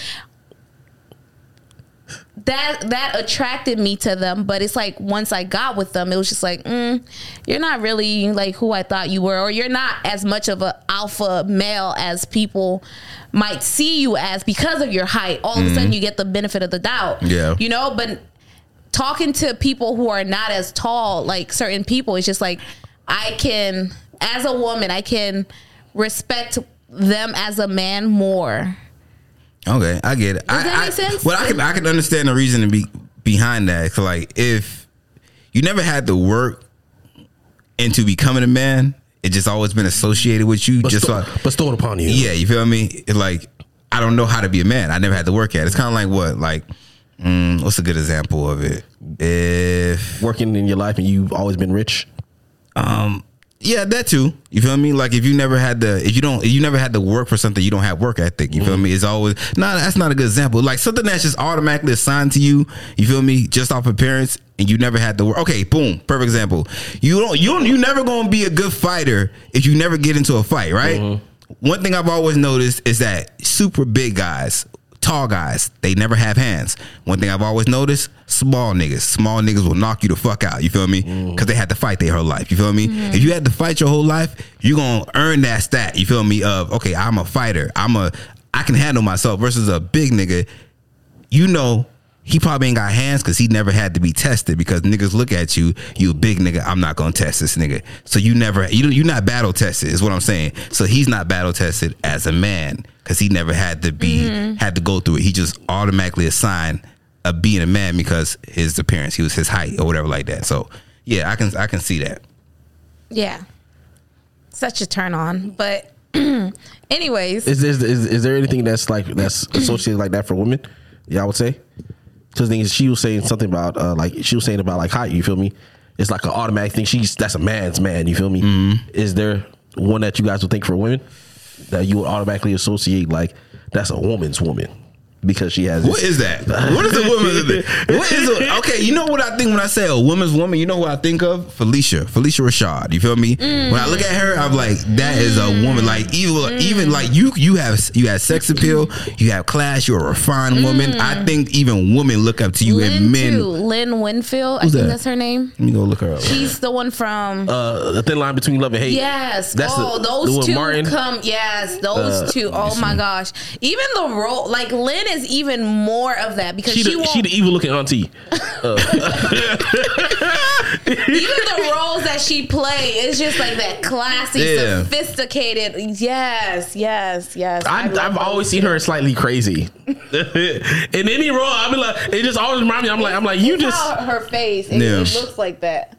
[SPEAKER 3] that that attracted me to them. But it's like once I got with them, it was just like, mm, you're not really like who I thought you were, or you're not as much of an alpha male as people might see you as because of your height. All of a sudden, you get the benefit of the doubt.
[SPEAKER 2] Yeah.
[SPEAKER 3] you know, but talking to people who are not as tall, like certain people, it's just like I can, as a woman, I can respect them as a man more.
[SPEAKER 2] Okay, I get it.
[SPEAKER 3] Does
[SPEAKER 2] I,
[SPEAKER 3] that
[SPEAKER 2] I-
[SPEAKER 3] make sense?
[SPEAKER 2] Well, I can I can understand the reason be, behind that. 'Cause, like if you never had to work into becoming a man, it just always been associated with you. just
[SPEAKER 1] Bestow-
[SPEAKER 2] like
[SPEAKER 1] bestowed upon you.
[SPEAKER 2] yeah, you feel me? It, like I don't know how to be a man. I never had to work at. it. It's kind of like what like. Mm, what's a good example of it? If
[SPEAKER 1] Working in your life and you've always been rich.
[SPEAKER 2] Um, yeah, that too. You feel me? Like if you never had to, if you don't, if you never had to work for something, you don't have work ethic. You feel me? It's always no, that's not a good example. Like something that's just automatically assigned to you. You feel me? Just off appearance, and you never had to work. Okay, boom, perfect example. You don't, you don't, you never gonna be a good fighter if you never get into a fight, right? One thing I've always noticed is that super big guys. Tall guys, they never have hands. One thing I've always noticed: small niggas, small niggas will knock you the fuck out. You feel me? Because they had to fight their whole life. You feel me? If you had to fight your whole life, you gonna earn that stat. You feel me? Of okay, I'm a fighter. I'm a I can handle myself versus a big nigga. You know. He probably ain't got hands because he never had to be tested because niggas look at you, you a big nigga, I'm not gonna test this nigga. So you never, you, you're not battle tested, is what I'm saying. So he's not battle tested as a man because he never had to be, had to go through it. He just automatically assigned of being a man because his appearance, he was his height or whatever like that. So yeah, I can I can see that.
[SPEAKER 3] Yeah. Such a turn on. But anyways,
[SPEAKER 1] Is, is, is, is there anything that's like that's associated like that for women? Yeah, I would say. Because thing is, she was saying something about uh, like she was saying about like height. You feel me? It's like an automatic thing. She's that's a man's man. You feel me? Is there one that you guys would think for women that you would automatically associate like that's a woman's woman because she has
[SPEAKER 2] What is that? What is a woman's? what is a, okay? You know what I think when I say a woman's woman. You know what I think of Felicia, Felicia Rashad. You feel me? When I look at her, I'm like, that is a woman. Like even even like you you have you have sex appeal, you have class, you're a refined woman. I think even women look up to you
[SPEAKER 3] Lynn
[SPEAKER 2] and men.
[SPEAKER 3] too. Lynn Winfield, I
[SPEAKER 2] Who's
[SPEAKER 3] think
[SPEAKER 2] that?
[SPEAKER 3] that's her name.
[SPEAKER 2] Let me go look her up.
[SPEAKER 3] She's the one from
[SPEAKER 1] uh, the thin line between love and hate.
[SPEAKER 3] Yes.
[SPEAKER 1] That's
[SPEAKER 3] oh,
[SPEAKER 1] the- the
[SPEAKER 3] those
[SPEAKER 1] one
[SPEAKER 3] two
[SPEAKER 1] Martin- Uh,
[SPEAKER 3] come. Yes, those two. Oh my gosh. Even the role, like Lynn, is even more of that because
[SPEAKER 1] She
[SPEAKER 3] she,
[SPEAKER 1] the,
[SPEAKER 3] won't.
[SPEAKER 1] she the evil looking auntie.
[SPEAKER 3] even the roles that she play is just like that classy,
[SPEAKER 2] Yeah.
[SPEAKER 3] sophisticated. Yes, yes, yes.
[SPEAKER 1] I,
[SPEAKER 3] love
[SPEAKER 1] I've
[SPEAKER 3] those
[SPEAKER 1] always
[SPEAKER 3] two.
[SPEAKER 1] seen her slightly crazy. In any role, I'll be like, it just always reminds me. I'm like, I'm like, you just
[SPEAKER 3] How her face. It,
[SPEAKER 2] Yeah.
[SPEAKER 3] it looks like that.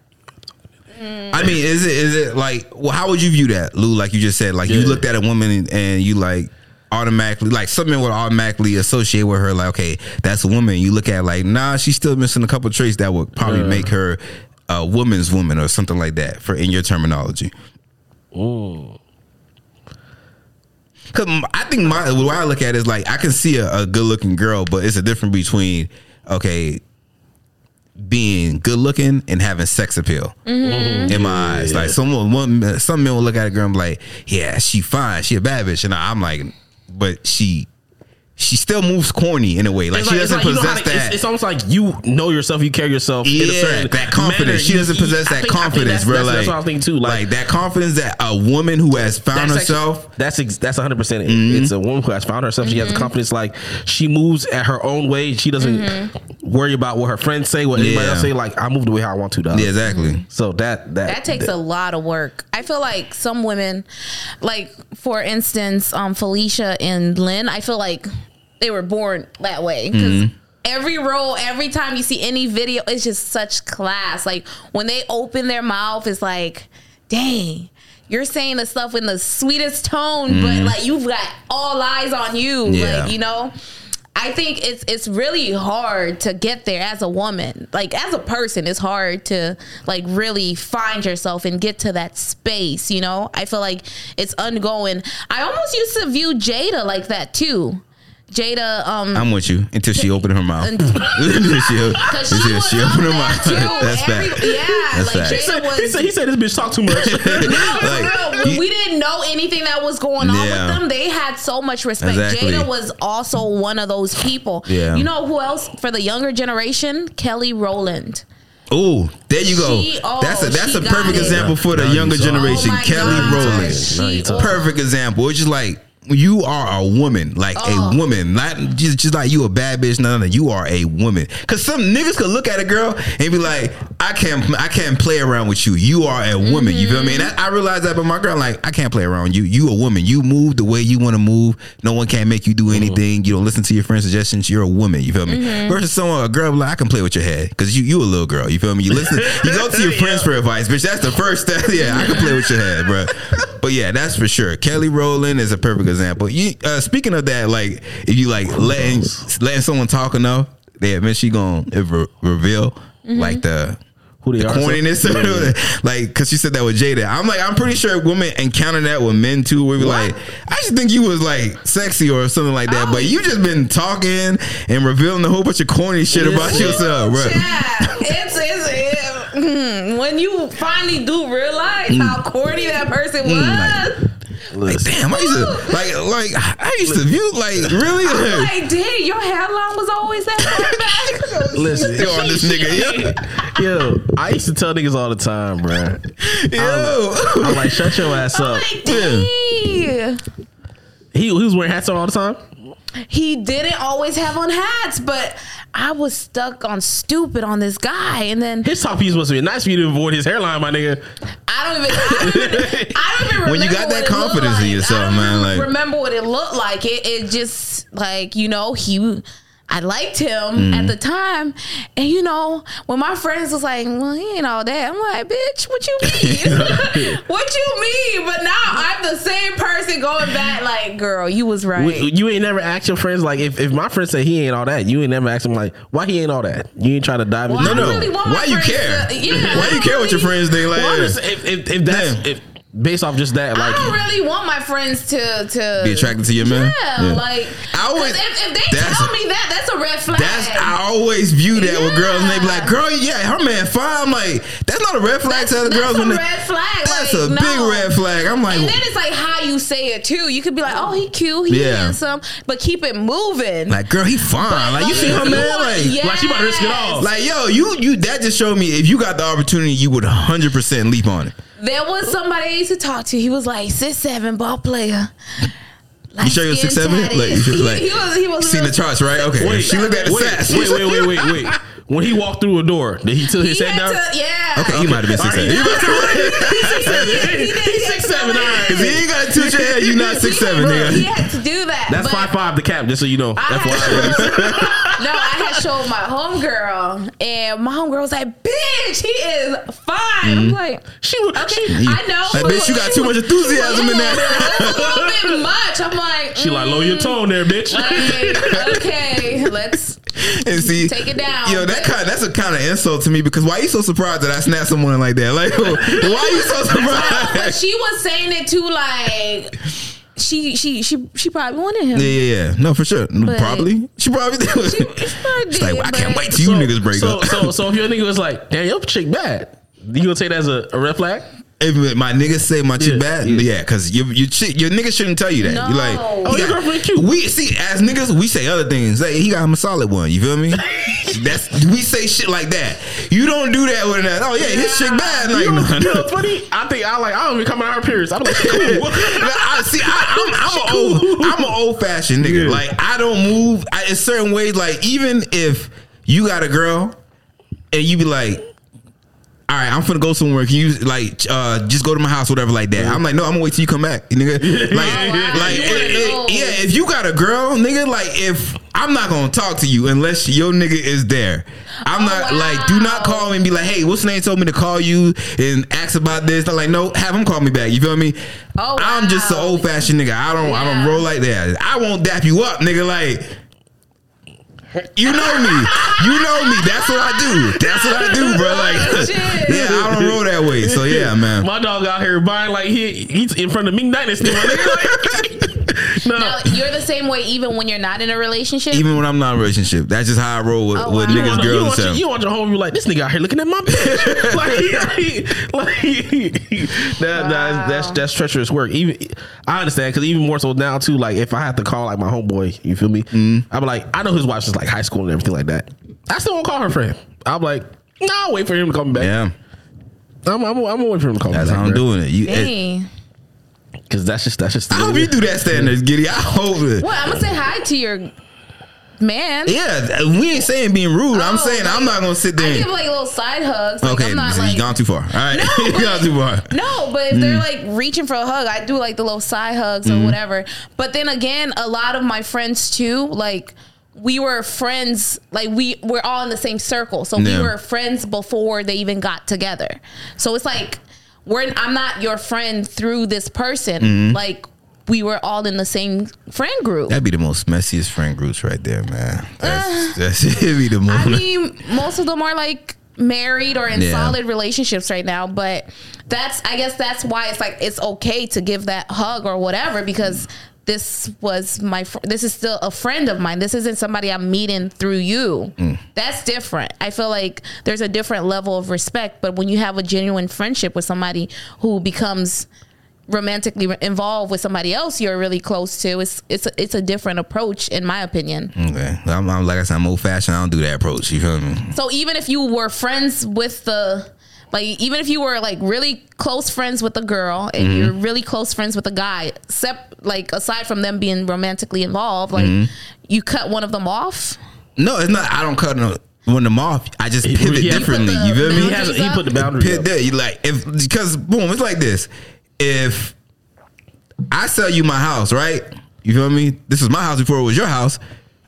[SPEAKER 2] I mean, is it is it like? Well, how would you view that, Lou? Like you just said, like you
[SPEAKER 1] Yeah.
[SPEAKER 2] looked at a woman and, and you like automatically, like something would automatically associate with her. Like, okay, that's a woman. You look at like, nah, she's still missing a couple traits that would probably
[SPEAKER 1] Yeah.
[SPEAKER 2] make her a woman's woman or something like that. For in your terminology,
[SPEAKER 1] Mm.
[SPEAKER 2] Cause m- I think my what I look at is like I can see a, a good looking girl, but it's a difference between okay being good looking and having sex appeal
[SPEAKER 1] Mm-hmm.
[SPEAKER 2] in my eyes. Like someone, one, some men will look at a girl and be like, "Yeah, she fine, she a bad bitch," and I'm like, "But she, she still moves corny in a way. Like
[SPEAKER 1] It's
[SPEAKER 2] she
[SPEAKER 1] like- it's
[SPEAKER 2] doesn't
[SPEAKER 1] like you know how
[SPEAKER 2] possess
[SPEAKER 1] to- it's-
[SPEAKER 2] that."
[SPEAKER 1] It's, almost like you know yourself, you carry yourself. in a
[SPEAKER 2] Yeah,
[SPEAKER 1] certain
[SPEAKER 2] that confidence.
[SPEAKER 1] manner.
[SPEAKER 2] She
[SPEAKER 1] You-
[SPEAKER 2] doesn't
[SPEAKER 1] you-
[SPEAKER 2] possess
[SPEAKER 1] I think- I
[SPEAKER 2] that
[SPEAKER 1] think
[SPEAKER 2] confidence,
[SPEAKER 1] that's,
[SPEAKER 2] bro.
[SPEAKER 1] That's,
[SPEAKER 2] like,
[SPEAKER 1] that's what I was thinking too. Like,
[SPEAKER 2] like that confidence that a woman who has found
[SPEAKER 1] that's actually-
[SPEAKER 2] herself Mm-hmm.
[SPEAKER 1] that's ex- that's 100. percent It's a woman who has found herself. She has the confidence. Like she moves at her own way. She doesn't worry about what her friends say, what anybody
[SPEAKER 2] Mm-hmm. Yeah.
[SPEAKER 1] else say. Like I move the way how I want to. Dog.
[SPEAKER 2] Yeah, exactly.
[SPEAKER 1] So that that
[SPEAKER 3] That takes a lot of work. I feel like some women, like for instance, um, Felicia and Lynn, I feel like they were born that way. 'Cause Every role, every time you see any video, it's just such class. Like when they open their mouth, it's like, dang. You're saying the stuff in the sweetest tone, but like you've got all eyes on you.
[SPEAKER 2] Yeah.
[SPEAKER 3] Like, you know? I think it's it's really hard to get there as a woman. Like as a person, it's hard to like really find yourself and get to that space, you know? I feel like it's ongoing. I almost used to view Jada like that too. Jada um
[SPEAKER 2] I'm with you until she opened her mouth.
[SPEAKER 3] And-
[SPEAKER 2] until she,
[SPEAKER 3] cause she,
[SPEAKER 2] until
[SPEAKER 3] was
[SPEAKER 2] Uh, she
[SPEAKER 3] up
[SPEAKER 2] opened her
[SPEAKER 3] there,
[SPEAKER 2] mouth.
[SPEAKER 3] too.
[SPEAKER 2] That's
[SPEAKER 3] Every-
[SPEAKER 2] fact.
[SPEAKER 3] Yeah,
[SPEAKER 2] That's
[SPEAKER 3] like
[SPEAKER 2] fact.
[SPEAKER 1] He said,
[SPEAKER 3] Jada was
[SPEAKER 1] he said he said this bitch talk too much.
[SPEAKER 3] For real, when
[SPEAKER 2] you-
[SPEAKER 3] we didn't know anything that was going on
[SPEAKER 2] Yeah.
[SPEAKER 3] with them. They had so much respect.
[SPEAKER 2] Exactly.
[SPEAKER 3] Jada was also one of those people.
[SPEAKER 2] Yeah.
[SPEAKER 3] You know who else for the younger generation? Kelly Rowland.
[SPEAKER 2] Ooh, there you go.
[SPEAKER 3] She- oh,
[SPEAKER 2] that's a that's
[SPEAKER 3] she
[SPEAKER 2] a
[SPEAKER 3] got
[SPEAKER 2] perfect
[SPEAKER 3] it.
[SPEAKER 2] example for the
[SPEAKER 1] Now you
[SPEAKER 2] younger
[SPEAKER 1] talk.
[SPEAKER 2] generation.
[SPEAKER 3] Oh my
[SPEAKER 2] Kelly
[SPEAKER 3] gosh,
[SPEAKER 2] Rowland,
[SPEAKER 3] she-
[SPEAKER 2] perfect example. It's just like you are a woman, like
[SPEAKER 3] Oh.
[SPEAKER 2] a woman, not just, just like you a bad bitch. No, no, no, you are a woman. Cause some niggas could look at a girl and be like, I can't, I can't play around with you. You are a woman. You feel me?
[SPEAKER 3] Mm-hmm.
[SPEAKER 2] And I, I realized that, but my girl, like, I can't play around with you. You a woman. You move the way you want to move. No one can make you
[SPEAKER 1] Mm-hmm.
[SPEAKER 2] do anything. You don't listen to your friend's suggestions. You're a woman. You feel me? Versus someone, a girl, be like, I can play with your head because you, you a little girl. You feel me? You listen. You go to your friends for advice, bitch. That's the first step. Yeah, I can play with your head, bro. But yeah, that's for sure. Kelly Rowland is a perfect example. You uh, speaking of that, like if you like letting letting someone talk enough, they admit she gonna it re- reveal like the.
[SPEAKER 1] Who they
[SPEAKER 2] the
[SPEAKER 1] are,
[SPEAKER 2] corniness,
[SPEAKER 1] so- Yeah.
[SPEAKER 2] like, because she said that with Jada. I'm like, I'm pretty sure women encounter that with men too. Where we like, I just think you was like sexy or something like that,
[SPEAKER 3] Oh.
[SPEAKER 2] but you just been talking and revealing a whole bunch of corny shit about yourself, bro.
[SPEAKER 3] Yeah, it's, it's it, mm, when you finally do realize
[SPEAKER 2] Mm.
[SPEAKER 3] how corny that person was.
[SPEAKER 2] Like, damn, I used to like, like I used to view like really.
[SPEAKER 3] like, dang, your hairline was always that far back.
[SPEAKER 1] Listen,
[SPEAKER 2] Still on this nigga, yeah.
[SPEAKER 1] yo, I used to tell niggas all the time, bro.
[SPEAKER 2] Yo.
[SPEAKER 1] I'm like, shut your
[SPEAKER 2] Oh
[SPEAKER 1] ass up.
[SPEAKER 3] Like, dang.
[SPEAKER 1] He, he was wearing hats on all the time.
[SPEAKER 3] He didn't always have on hats, but I was stuck on stupid on this guy, and then
[SPEAKER 1] His top piece must have been nice for you to avoid his hairline, my nigga.
[SPEAKER 3] I don't even. I don't even, I don't even remember
[SPEAKER 2] When you got that
[SPEAKER 3] what it looked
[SPEAKER 2] confidence in
[SPEAKER 3] like.
[SPEAKER 2] yourself,
[SPEAKER 3] I don't
[SPEAKER 2] man,
[SPEAKER 3] even
[SPEAKER 2] like-
[SPEAKER 3] remember what it looked like. It, it just like you know he. I liked him
[SPEAKER 2] Mm.
[SPEAKER 3] at the time, and you know when my friends was like, "Well, he ain't all that," I'm like, "Bitch, what you mean? what you mean?" But now I'm the same person going back, like, "Girl, you was right."
[SPEAKER 1] We- You ain't never asked your friends like if, if my friend said he ain't all that, you ain't never asked him like why he ain't all that. You ain't trying to dive
[SPEAKER 3] Why
[SPEAKER 1] into
[SPEAKER 2] No, no.
[SPEAKER 3] really want
[SPEAKER 2] Why
[SPEAKER 3] my
[SPEAKER 2] you
[SPEAKER 3] friends
[SPEAKER 2] care?
[SPEAKER 3] to- yeah,
[SPEAKER 2] Why
[SPEAKER 3] I
[SPEAKER 2] you care what your
[SPEAKER 3] really-
[SPEAKER 2] friends think? Like,
[SPEAKER 1] Well, I'm just- if, if, if that's
[SPEAKER 2] Damn.
[SPEAKER 1] if based off just that,
[SPEAKER 3] I
[SPEAKER 1] like
[SPEAKER 3] don't really want my friends to to
[SPEAKER 2] be attracted to your man.
[SPEAKER 3] Yeah, like
[SPEAKER 2] I
[SPEAKER 3] I
[SPEAKER 2] always-
[SPEAKER 3] if, if they
[SPEAKER 2] that's-
[SPEAKER 3] tell me that, that's a red flag.
[SPEAKER 2] That's I always view that with
[SPEAKER 3] Yeah.
[SPEAKER 2] girls, and they be like, "Girl, yeah, her man fine." I'm like, that's not a red flag
[SPEAKER 3] that's,
[SPEAKER 2] to other
[SPEAKER 3] that's
[SPEAKER 2] girls.
[SPEAKER 3] a
[SPEAKER 2] when they-
[SPEAKER 3] red flag.
[SPEAKER 2] that's
[SPEAKER 3] like,
[SPEAKER 2] a
[SPEAKER 3] no.
[SPEAKER 2] big red flag. I'm like,
[SPEAKER 3] And then it's like how you say it too. You could be like, "Oh, he cute, he
[SPEAKER 2] Yeah.
[SPEAKER 3] handsome," but keep it moving.
[SPEAKER 2] like, girl, he fine. Like, you see her
[SPEAKER 3] you
[SPEAKER 2] man,
[SPEAKER 3] want-
[SPEAKER 2] like,
[SPEAKER 3] yes.
[SPEAKER 1] like she about to risk it all.
[SPEAKER 2] like, yo, you, you. That just showed me if you got the opportunity, you would 100 percent leap on it.
[SPEAKER 3] There was somebody I used to talk to. He was like six seven ball player. Like
[SPEAKER 2] sure you're 6'7"? Like, you sure- like,
[SPEAKER 3] he, he was. He was.
[SPEAKER 2] Seen the charts, right? Okay, she looked at the
[SPEAKER 1] wait,
[SPEAKER 2] stats.
[SPEAKER 1] Wait, wait, wait, wait, wait. When he walked through a door, did he tilt
[SPEAKER 3] He
[SPEAKER 1] his head down?
[SPEAKER 3] had to, yeah.
[SPEAKER 2] Okay, you might have been six
[SPEAKER 1] Alright,
[SPEAKER 2] seven. You might
[SPEAKER 3] He did.
[SPEAKER 1] He's six seven. All
[SPEAKER 2] If you
[SPEAKER 1] right.
[SPEAKER 2] ain't got a two your head, you not six seven,
[SPEAKER 3] He
[SPEAKER 2] nigga.
[SPEAKER 3] had to do that.
[SPEAKER 1] That's
[SPEAKER 3] but-
[SPEAKER 1] five five the cap, just so you know.
[SPEAKER 3] I
[SPEAKER 1] That's
[SPEAKER 3] had
[SPEAKER 1] why.
[SPEAKER 3] showed, no, I had showed my homegirl, and my homegirl was like, "Bitch, he is fine."
[SPEAKER 2] Mm-hmm.
[SPEAKER 3] I'm like,
[SPEAKER 1] She would.
[SPEAKER 3] "Okay,
[SPEAKER 1] She,
[SPEAKER 3] I know."
[SPEAKER 2] Like,
[SPEAKER 3] but
[SPEAKER 2] bitch, you got too much
[SPEAKER 3] was-
[SPEAKER 2] enthusiasm in that.
[SPEAKER 3] That's a little bit much. I'm like, mm,
[SPEAKER 1] she like lower your tone there, bitch.
[SPEAKER 3] like, okay, let's.
[SPEAKER 2] And see,
[SPEAKER 3] Take it down.
[SPEAKER 2] Yo, that kind that's a kind of insult to me because why you so surprised that I snapped someone like that? Like, why you so
[SPEAKER 3] But
[SPEAKER 2] surprised?
[SPEAKER 3] she was saying it too, like she she she she probably wanted him.
[SPEAKER 2] Yeah, yeah, yeah. No, for sure. probably. She probably did.
[SPEAKER 3] She, she probably
[SPEAKER 2] She's like,
[SPEAKER 3] did,
[SPEAKER 2] I can't
[SPEAKER 3] but-
[SPEAKER 2] wait till you niggas break
[SPEAKER 1] so,
[SPEAKER 2] up.
[SPEAKER 1] So, so if your nigga was like, damn, your chick bad, you gonna take that as a, a red flag?
[SPEAKER 2] if my niggas say my chick
[SPEAKER 1] Yeah,
[SPEAKER 2] bad,
[SPEAKER 1] yeah.
[SPEAKER 2] yeah, because your your chick, your nigga shouldn't tell you that.
[SPEAKER 3] No.
[SPEAKER 2] You're like,
[SPEAKER 3] Oh,
[SPEAKER 2] he
[SPEAKER 1] your
[SPEAKER 2] got-
[SPEAKER 1] girlfriend cute.
[SPEAKER 2] We see as niggas, we say other things. Like he got him a solid one. You feel me? That's we say shit like that. You don't do that with that. Oh yeah, his chick bad. Like,
[SPEAKER 1] you know,
[SPEAKER 2] no,
[SPEAKER 1] you know
[SPEAKER 2] no.
[SPEAKER 1] what's funny? I think I like I don't even come out her appearance. I'm like, cool.
[SPEAKER 2] I, see, I, I'm, I'm, an old, I'm an old fashioned nigga.
[SPEAKER 1] Yeah.
[SPEAKER 2] Like I don't move I, in certain ways. Like even if you got a girl and you be like, "All right, I'm finna go somewhere. Can you like uh, just go to my house, whatever, like that?" I'm like, "No, I'm gonna wait till you come back, nigga." Like,
[SPEAKER 3] wow.
[SPEAKER 2] like,
[SPEAKER 3] You
[SPEAKER 2] it- it-
[SPEAKER 3] old.
[SPEAKER 2] yeah. If you got a girl, nigga, like if. I'm not gonna talk to you unless your nigga is there. I'm
[SPEAKER 3] Oh,
[SPEAKER 2] not
[SPEAKER 3] wow.
[SPEAKER 2] like, do not call me and be like, hey, what's name told me to call you and ask about this. I'm like, no, have him call me back. You feel me?
[SPEAKER 3] Oh,
[SPEAKER 2] I'm just an
[SPEAKER 3] wow.
[SPEAKER 2] old fashioned nigga. I don't I don't
[SPEAKER 3] Yeah.
[SPEAKER 2] roll like that. I won't dap you up, nigga. Like you know me. You know me. That's what I do. That's what I do, bro. Like
[SPEAKER 3] Oh, Shit.
[SPEAKER 2] Yeah, I don't roll that way. So yeah, man.
[SPEAKER 1] My dog out here buying like he he's in front of Ming Dynasty. My nigga, like, no.
[SPEAKER 3] No, you're the same way even when you're not in a relationship.
[SPEAKER 2] Even when I'm not in a relationship, that's just how I roll with,
[SPEAKER 3] Oh,
[SPEAKER 2] with
[SPEAKER 3] wow.
[SPEAKER 1] You
[SPEAKER 2] niggas,
[SPEAKER 1] want- you,
[SPEAKER 2] girls,
[SPEAKER 1] want your,
[SPEAKER 2] and
[SPEAKER 1] you
[SPEAKER 2] stuff.
[SPEAKER 1] want your home, you like this nigga out here looking at my bitch. like, like, that, that's, that's that's treacherous work. Even I understand because even more so now too. Like if I have to call like my homeboy, you feel me? I'm like I know his wife's just like high school and everything like that. I still won't call her friend. I'm like, no, I'll wait for him to come back.
[SPEAKER 2] Yeah.
[SPEAKER 1] I'm I'm I'm gonna wait for him to come
[SPEAKER 2] That's
[SPEAKER 1] back.
[SPEAKER 2] how I'm
[SPEAKER 1] bro.
[SPEAKER 2] doing it. You, it
[SPEAKER 3] Dang.
[SPEAKER 1] Because that's just that's just. the
[SPEAKER 2] eh, I
[SPEAKER 1] way
[SPEAKER 2] hope
[SPEAKER 1] it
[SPEAKER 2] you
[SPEAKER 1] is.
[SPEAKER 2] do that standards, Giddy. I hope it.
[SPEAKER 3] What? I'm gonna say hi to your man.
[SPEAKER 2] Yeah, we ain't saying being rude. I'm
[SPEAKER 3] Oh,
[SPEAKER 2] saying I'm
[SPEAKER 3] like,
[SPEAKER 2] not gonna sit there.
[SPEAKER 3] I
[SPEAKER 2] and-
[SPEAKER 3] give like little side hugs. Like,
[SPEAKER 2] okay,
[SPEAKER 3] I'm not,
[SPEAKER 2] so
[SPEAKER 3] like,
[SPEAKER 2] you gone too far. All right,
[SPEAKER 3] No,
[SPEAKER 2] you gone too far.
[SPEAKER 3] No, but if they're like reaching for a hug, I do like the little side hugs or whatever. But then again, a lot of my friends too, like we were friends, like we we're all in the same circle, so
[SPEAKER 2] Yeah.
[SPEAKER 3] we were friends before they even got together. So it's like we're I'm not your friend through this person, like. We were all in the same friend group.
[SPEAKER 2] That'd be the most messiest friend groups right there, man. That's that's it'd be the most.
[SPEAKER 3] Uh, I mean, most of them are like married or in
[SPEAKER 2] Yeah.
[SPEAKER 3] solid relationships right now, but that's I guess that's why it's like it's okay to give that hug or whatever because this was my fr- this is still a friend of mine. This isn't somebody I'm meeting through you. That's different. I feel like there's a different level of respect, but when you have a genuine friendship with somebody who becomes romantically re- involved with somebody else you're really close to, it's it's a, it's a different approach in my opinion.
[SPEAKER 2] okay, I'm, I'm like I said, I'm old fashioned. I don't do that approach. You feel me?
[SPEAKER 3] So even if you were friends with the like even if you were like really close friends with a girl and you're really close friends with a guy, except like aside from them being romantically involved, like you cut one of them off.
[SPEAKER 2] No, it's not. I don't cut no, when them off. I just
[SPEAKER 1] He-
[SPEAKER 2] pivot
[SPEAKER 1] he has-
[SPEAKER 2] differently.
[SPEAKER 3] You put
[SPEAKER 2] You feel
[SPEAKER 3] the
[SPEAKER 2] me?
[SPEAKER 1] He has he put the boundary.
[SPEAKER 2] Pit
[SPEAKER 1] Up.
[SPEAKER 2] that you like if because boom, it's like this. If I sell you my house, right? You feel me? This is my house before it was your house.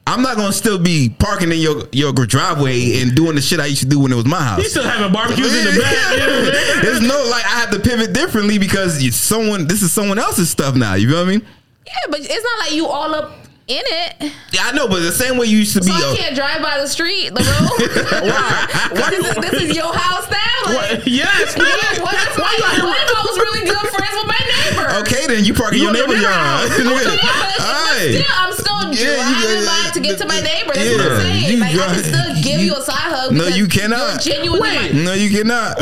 [SPEAKER 2] I'm not gonna still be parking in your your driveway and doing the shit I used to do when it was my
[SPEAKER 1] He's
[SPEAKER 2] house.
[SPEAKER 1] still having barbecues in the back. you know what I'm saying?
[SPEAKER 2] There's no like I have to pivot differently because you, someone this is someone else's stuff now. You feel me?
[SPEAKER 3] Yeah, but it's not like you all up in it.
[SPEAKER 2] Yeah, I know, but the same way you used to
[SPEAKER 3] So
[SPEAKER 2] be.
[SPEAKER 3] I
[SPEAKER 2] a-
[SPEAKER 3] can't drive by the street, the road. Why? This is, this is your house now. Like,
[SPEAKER 1] What? Yes,
[SPEAKER 3] What,
[SPEAKER 1] nigga.
[SPEAKER 3] what, if, like, what if I was really good friends with my neighbor?
[SPEAKER 2] okay, then you parking
[SPEAKER 1] You
[SPEAKER 2] your
[SPEAKER 1] in your
[SPEAKER 2] neighbor's yard.
[SPEAKER 1] house.
[SPEAKER 2] Alright.
[SPEAKER 3] Still, I'm still
[SPEAKER 2] Yeah, you
[SPEAKER 3] driving
[SPEAKER 2] got-
[SPEAKER 3] by to get to my neighbor. That's what
[SPEAKER 2] Yeah, you
[SPEAKER 3] I'm saying. Like, I can
[SPEAKER 2] drive-
[SPEAKER 3] still give
[SPEAKER 2] you-
[SPEAKER 3] you, a side hug.
[SPEAKER 2] No,
[SPEAKER 3] because
[SPEAKER 2] you cannot.
[SPEAKER 3] You're genuinely
[SPEAKER 1] Wait.
[SPEAKER 3] my-
[SPEAKER 2] No, you cannot.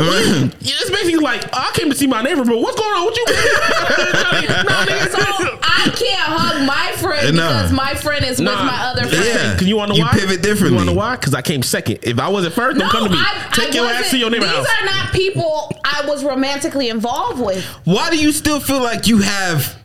[SPEAKER 1] Yeah, it's basically like oh, I came to see my neighbor, but what's going on with you?
[SPEAKER 3] So I can't hug my friend
[SPEAKER 2] Nah.
[SPEAKER 3] because my friend is with my other friend.
[SPEAKER 2] Yeah.
[SPEAKER 1] Because you want to
[SPEAKER 2] You
[SPEAKER 1] why?
[SPEAKER 2] pivot differently.
[SPEAKER 1] You want to why? Because I came second. If I wasn't first, don't come to me.
[SPEAKER 3] I- I
[SPEAKER 1] Take your
[SPEAKER 3] wasn't-
[SPEAKER 1] ass to your neighbor
[SPEAKER 3] These
[SPEAKER 1] house.
[SPEAKER 3] are not people I was romantically involved with.
[SPEAKER 2] Why do you still feel like you have?